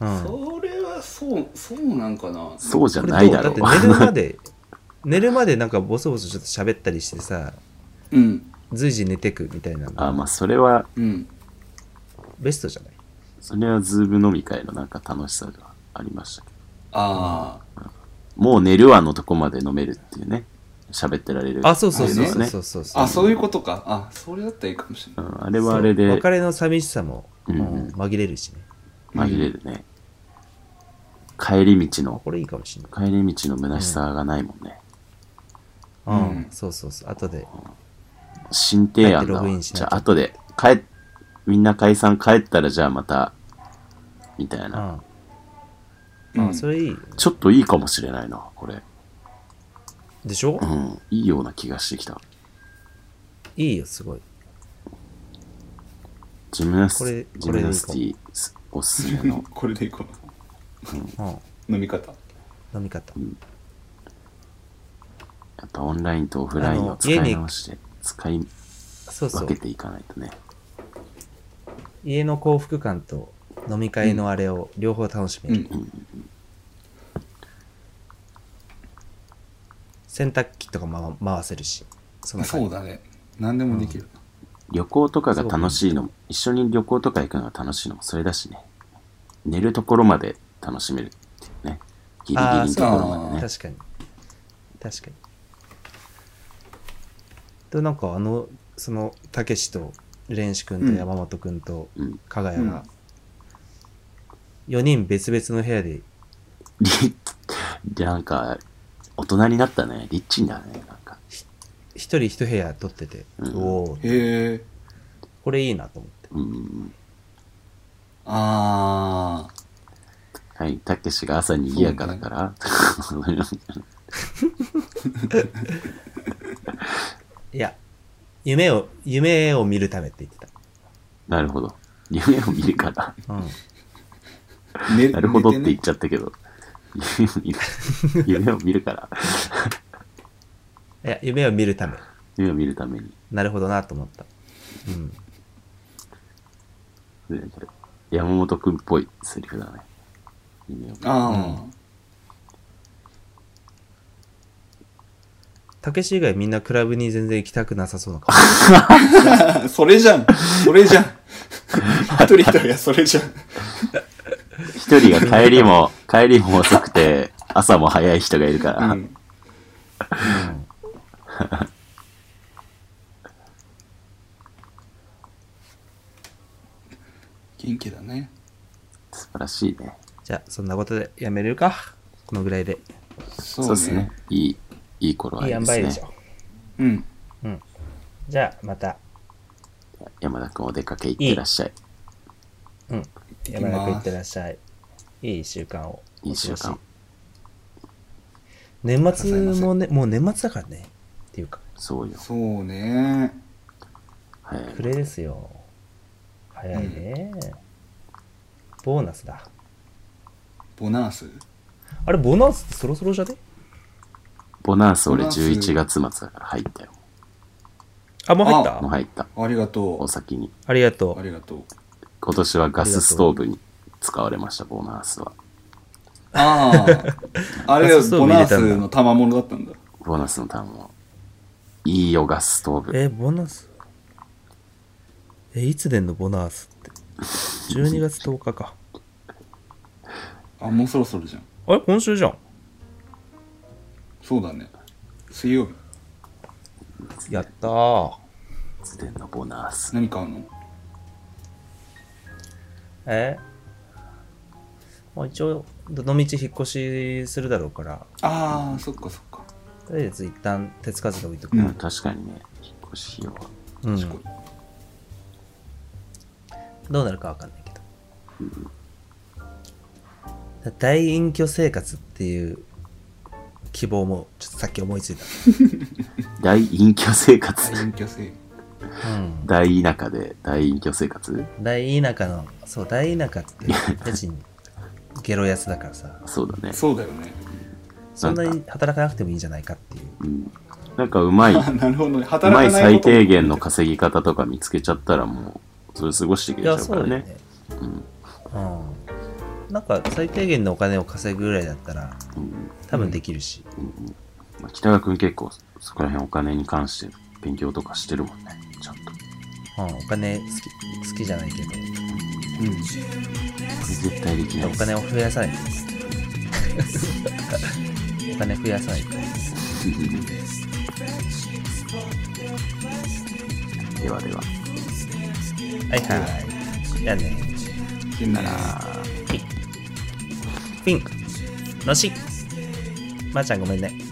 [SPEAKER 3] うん
[SPEAKER 2] それはそうそうなんかな
[SPEAKER 4] そうじゃ
[SPEAKER 3] これ
[SPEAKER 4] ないだろ
[SPEAKER 3] どうだって寝る
[SPEAKER 4] う。
[SPEAKER 3] まで寝るまでなんかボソボソちょっと喋ったりしてさ
[SPEAKER 2] うん
[SPEAKER 3] 随時寝てくみたいなの
[SPEAKER 4] あーまあそれは、
[SPEAKER 2] うん
[SPEAKER 3] ベストじゃない
[SPEAKER 4] それはズーム飲み会のなんか楽しさがありましたけど。
[SPEAKER 2] ああ
[SPEAKER 4] もう寝るわのとこまで飲めるっていうね。喋ってられる。
[SPEAKER 3] あそうそう
[SPEAKER 4] あれ
[SPEAKER 3] そう
[SPEAKER 4] ね
[SPEAKER 3] そうそうそうそう
[SPEAKER 2] あそういうことかあそれだったらいいかもしれ
[SPEAKER 4] う
[SPEAKER 2] ない、
[SPEAKER 4] んあれはあれで
[SPEAKER 3] 別れの寂しさも、
[SPEAKER 4] うん
[SPEAKER 3] うん紛れるしね
[SPEAKER 4] 紛れるね。帰り道の、
[SPEAKER 3] これいいかもしれない
[SPEAKER 4] 帰り道の虚しさがないもんね。
[SPEAKER 3] うん、
[SPEAKER 2] うん
[SPEAKER 3] そうそうそう後で
[SPEAKER 4] 新提
[SPEAKER 3] 帰っ
[SPEAKER 4] 案だ
[SPEAKER 3] てログイ
[SPEAKER 4] わ。
[SPEAKER 3] ンしないと
[SPEAKER 4] じゃあ後で、帰っ、みんな解散帰ったらじゃあまた、みたい
[SPEAKER 3] うん
[SPEAKER 4] な。
[SPEAKER 3] あ
[SPEAKER 2] うん。
[SPEAKER 3] それいいよね
[SPEAKER 4] ちょっといいかもしれないな、これ。
[SPEAKER 3] でしょ
[SPEAKER 4] うん。いいような気がしてきた。
[SPEAKER 3] いいよすごい
[SPEAKER 4] ジムナ
[SPEAKER 3] これ
[SPEAKER 4] ス、ジ
[SPEAKER 3] こ
[SPEAKER 4] ム
[SPEAKER 3] れでいこう
[SPEAKER 4] ナスティすおすす めの
[SPEAKER 2] これでいこう
[SPEAKER 3] うん
[SPEAKER 2] 飲み方
[SPEAKER 3] 飲み方
[SPEAKER 4] やっぱオンラインとオフライン
[SPEAKER 3] あの
[SPEAKER 4] を使
[SPEAKER 3] 家に
[SPEAKER 4] い直して、使い
[SPEAKER 3] そうそ
[SPEAKER 4] 分
[SPEAKER 3] う
[SPEAKER 4] けていかないとね。
[SPEAKER 3] 家の幸福感と飲み会のあれを両方楽しめる、
[SPEAKER 2] うん
[SPEAKER 3] 洗濯機とかも回せるしその
[SPEAKER 2] あ
[SPEAKER 3] 際
[SPEAKER 2] そうだね何でもできる、
[SPEAKER 4] 旅行とかが楽しいのも、一緒に旅行とか行くのが楽しいのもそれだしね。寝るところまで楽しめるっていうね。ギリギリ
[SPEAKER 3] ああ
[SPEAKER 4] の
[SPEAKER 3] そ
[SPEAKER 4] と
[SPEAKER 3] う
[SPEAKER 4] こ
[SPEAKER 3] だ
[SPEAKER 4] ろまでね。
[SPEAKER 3] 確かに確かにでなんかあのそのたけしと蓮司君と山本君と
[SPEAKER 4] うん
[SPEAKER 3] 加賀谷が4人別々の部屋で
[SPEAKER 4] リッで、なんか、大人になったね。リッチにだね。なんか、
[SPEAKER 3] 1人1部屋取ってて、
[SPEAKER 4] うん
[SPEAKER 3] おお
[SPEAKER 2] へえ
[SPEAKER 3] これいいなと思って
[SPEAKER 4] うん。
[SPEAKER 2] ああ
[SPEAKER 4] はい、たけしが朝にぎやかだから。
[SPEAKER 3] いや夢を夢を見るためって言って
[SPEAKER 4] なるほど。夢を見るから。
[SPEAKER 3] た、うん、
[SPEAKER 2] 寝
[SPEAKER 4] なるほどって
[SPEAKER 2] 寝
[SPEAKER 4] 言
[SPEAKER 2] ね
[SPEAKER 4] っちゃったけど。夢を見る。夢を見るから。
[SPEAKER 3] いや夢を見るため
[SPEAKER 4] 夢を見るために。
[SPEAKER 3] なるほどなと思った、うん、
[SPEAKER 4] で山本くんっぽいセリフだね。夢を見る
[SPEAKER 2] ああ、
[SPEAKER 3] たけし以外みんな クラブに全然行きたくなさそうな顔
[SPEAKER 2] それじゃんそれじゃん一人旅はそれじゃん。
[SPEAKER 4] 一人が帰りも、帰りも遅くて、朝も早い人がいるから。
[SPEAKER 2] うん 元気だね。
[SPEAKER 4] 素晴らしいね。
[SPEAKER 3] じゃあ、そんなことでやめるか。このぐらいで。
[SPEAKER 2] そ
[SPEAKER 4] そうですね。。いい、いい頃合
[SPEAKER 3] いい塩
[SPEAKER 4] いで
[SPEAKER 3] 梅ですし
[SPEAKER 4] ね
[SPEAKER 3] ょ。。
[SPEAKER 2] うん。
[SPEAKER 3] じゃあ、また、
[SPEAKER 4] 山田くんお出かけ行ってらっしゃい。
[SPEAKER 3] うん。
[SPEAKER 2] きます
[SPEAKER 3] 山田くいってらっしゃい。いい一週間を。
[SPEAKER 4] いい一週間
[SPEAKER 3] お過ごし。年末もね、もう年末だからね。っていうか、
[SPEAKER 4] そうよ。
[SPEAKER 2] そうね。
[SPEAKER 4] はい。
[SPEAKER 3] 暮れですよ。早いね。ボーナスだ。
[SPEAKER 2] ボナース
[SPEAKER 3] あれ、ボーナスってそろそろじゃね
[SPEAKER 4] ボナース俺
[SPEAKER 2] ボナース
[SPEAKER 4] 11月末だから入ったよ。
[SPEAKER 3] あ、もう入った
[SPEAKER 4] もう入った。
[SPEAKER 2] ありが
[SPEAKER 4] お
[SPEAKER 2] と
[SPEAKER 4] 先に。
[SPEAKER 3] ありがと
[SPEAKER 2] う。あ
[SPEAKER 3] う。
[SPEAKER 2] りがとう。
[SPEAKER 4] 今年はガスストーブに使われました、ボナースは。
[SPEAKER 2] あ あ。あれよ
[SPEAKER 3] ガスストー
[SPEAKER 2] ボ
[SPEAKER 3] ブ入
[SPEAKER 2] ナ
[SPEAKER 3] れ
[SPEAKER 2] ー
[SPEAKER 3] たんだ
[SPEAKER 2] スの賜物だったんだ。
[SPEAKER 4] ボーナスのターンも。いいよ、ガスストーブ。
[SPEAKER 3] え、ボーナスえ、いつ出んのボーナスって。12月10日か。
[SPEAKER 2] あ、もうそろそろじゃん。
[SPEAKER 3] あれ、今週じゃん。
[SPEAKER 2] そうだね。水曜日。
[SPEAKER 3] やったー。
[SPEAKER 4] 自伝のボナース。
[SPEAKER 2] 何買うの
[SPEAKER 3] えまあ一応、どの道引っ越しするだろうから、
[SPEAKER 2] ああ、そっかそっ か。
[SPEAKER 3] とりあえず一旦手つかずで置いとく。
[SPEAKER 4] うん、確かにね、引っ越し費用は。
[SPEAKER 3] うん
[SPEAKER 2] しこ
[SPEAKER 3] どうなるかわかんないけど。だ大隠居生活っていう希望もちょっとさっき思いつい
[SPEAKER 4] 大隠居生活
[SPEAKER 2] 大。隠居性。
[SPEAKER 3] た。うん
[SPEAKER 4] 大田舎で大隠居生活
[SPEAKER 3] 大田舎の、そう、大田舎って家賃ゲロ安だからさ、
[SPEAKER 4] そうだね。
[SPEAKER 2] そうだよね。
[SPEAKER 3] そんなに働かなくてもいいんじゃないかっていう。
[SPEAKER 4] うん。なんかうまい、
[SPEAKER 2] あ
[SPEAKER 4] う
[SPEAKER 2] なるほどね。働
[SPEAKER 4] ま
[SPEAKER 2] か
[SPEAKER 4] い
[SPEAKER 2] ないこ
[SPEAKER 4] 最
[SPEAKER 2] と。
[SPEAKER 4] 低限の稼ぎ方とか見つけちゃったらもう、それ過ごしていけ
[SPEAKER 3] い
[SPEAKER 4] ちゃ
[SPEAKER 3] や、
[SPEAKER 4] う
[SPEAKER 3] そ
[SPEAKER 4] か
[SPEAKER 3] うだ
[SPEAKER 4] ら
[SPEAKER 3] よ
[SPEAKER 4] ね。
[SPEAKER 3] ね。うん。なんか最低限のお金を稼ぐぐらいだったら、
[SPEAKER 4] うん。
[SPEAKER 3] 多分できるし。
[SPEAKER 4] まあ北川くん結構、そこら辺お金に関して勉強とかしてるもんね。ちゃんと。
[SPEAKER 3] うん、お金好き好きじゃないけど、
[SPEAKER 4] 絶対できない
[SPEAKER 3] お
[SPEAKER 4] です。
[SPEAKER 3] 金を増やさない と。お金増やさないと。
[SPEAKER 4] ではでは。
[SPEAKER 3] はいはい。やね。
[SPEAKER 2] うん。なら、
[SPEAKER 3] ピン。のし。まー、ちゃんごめんね。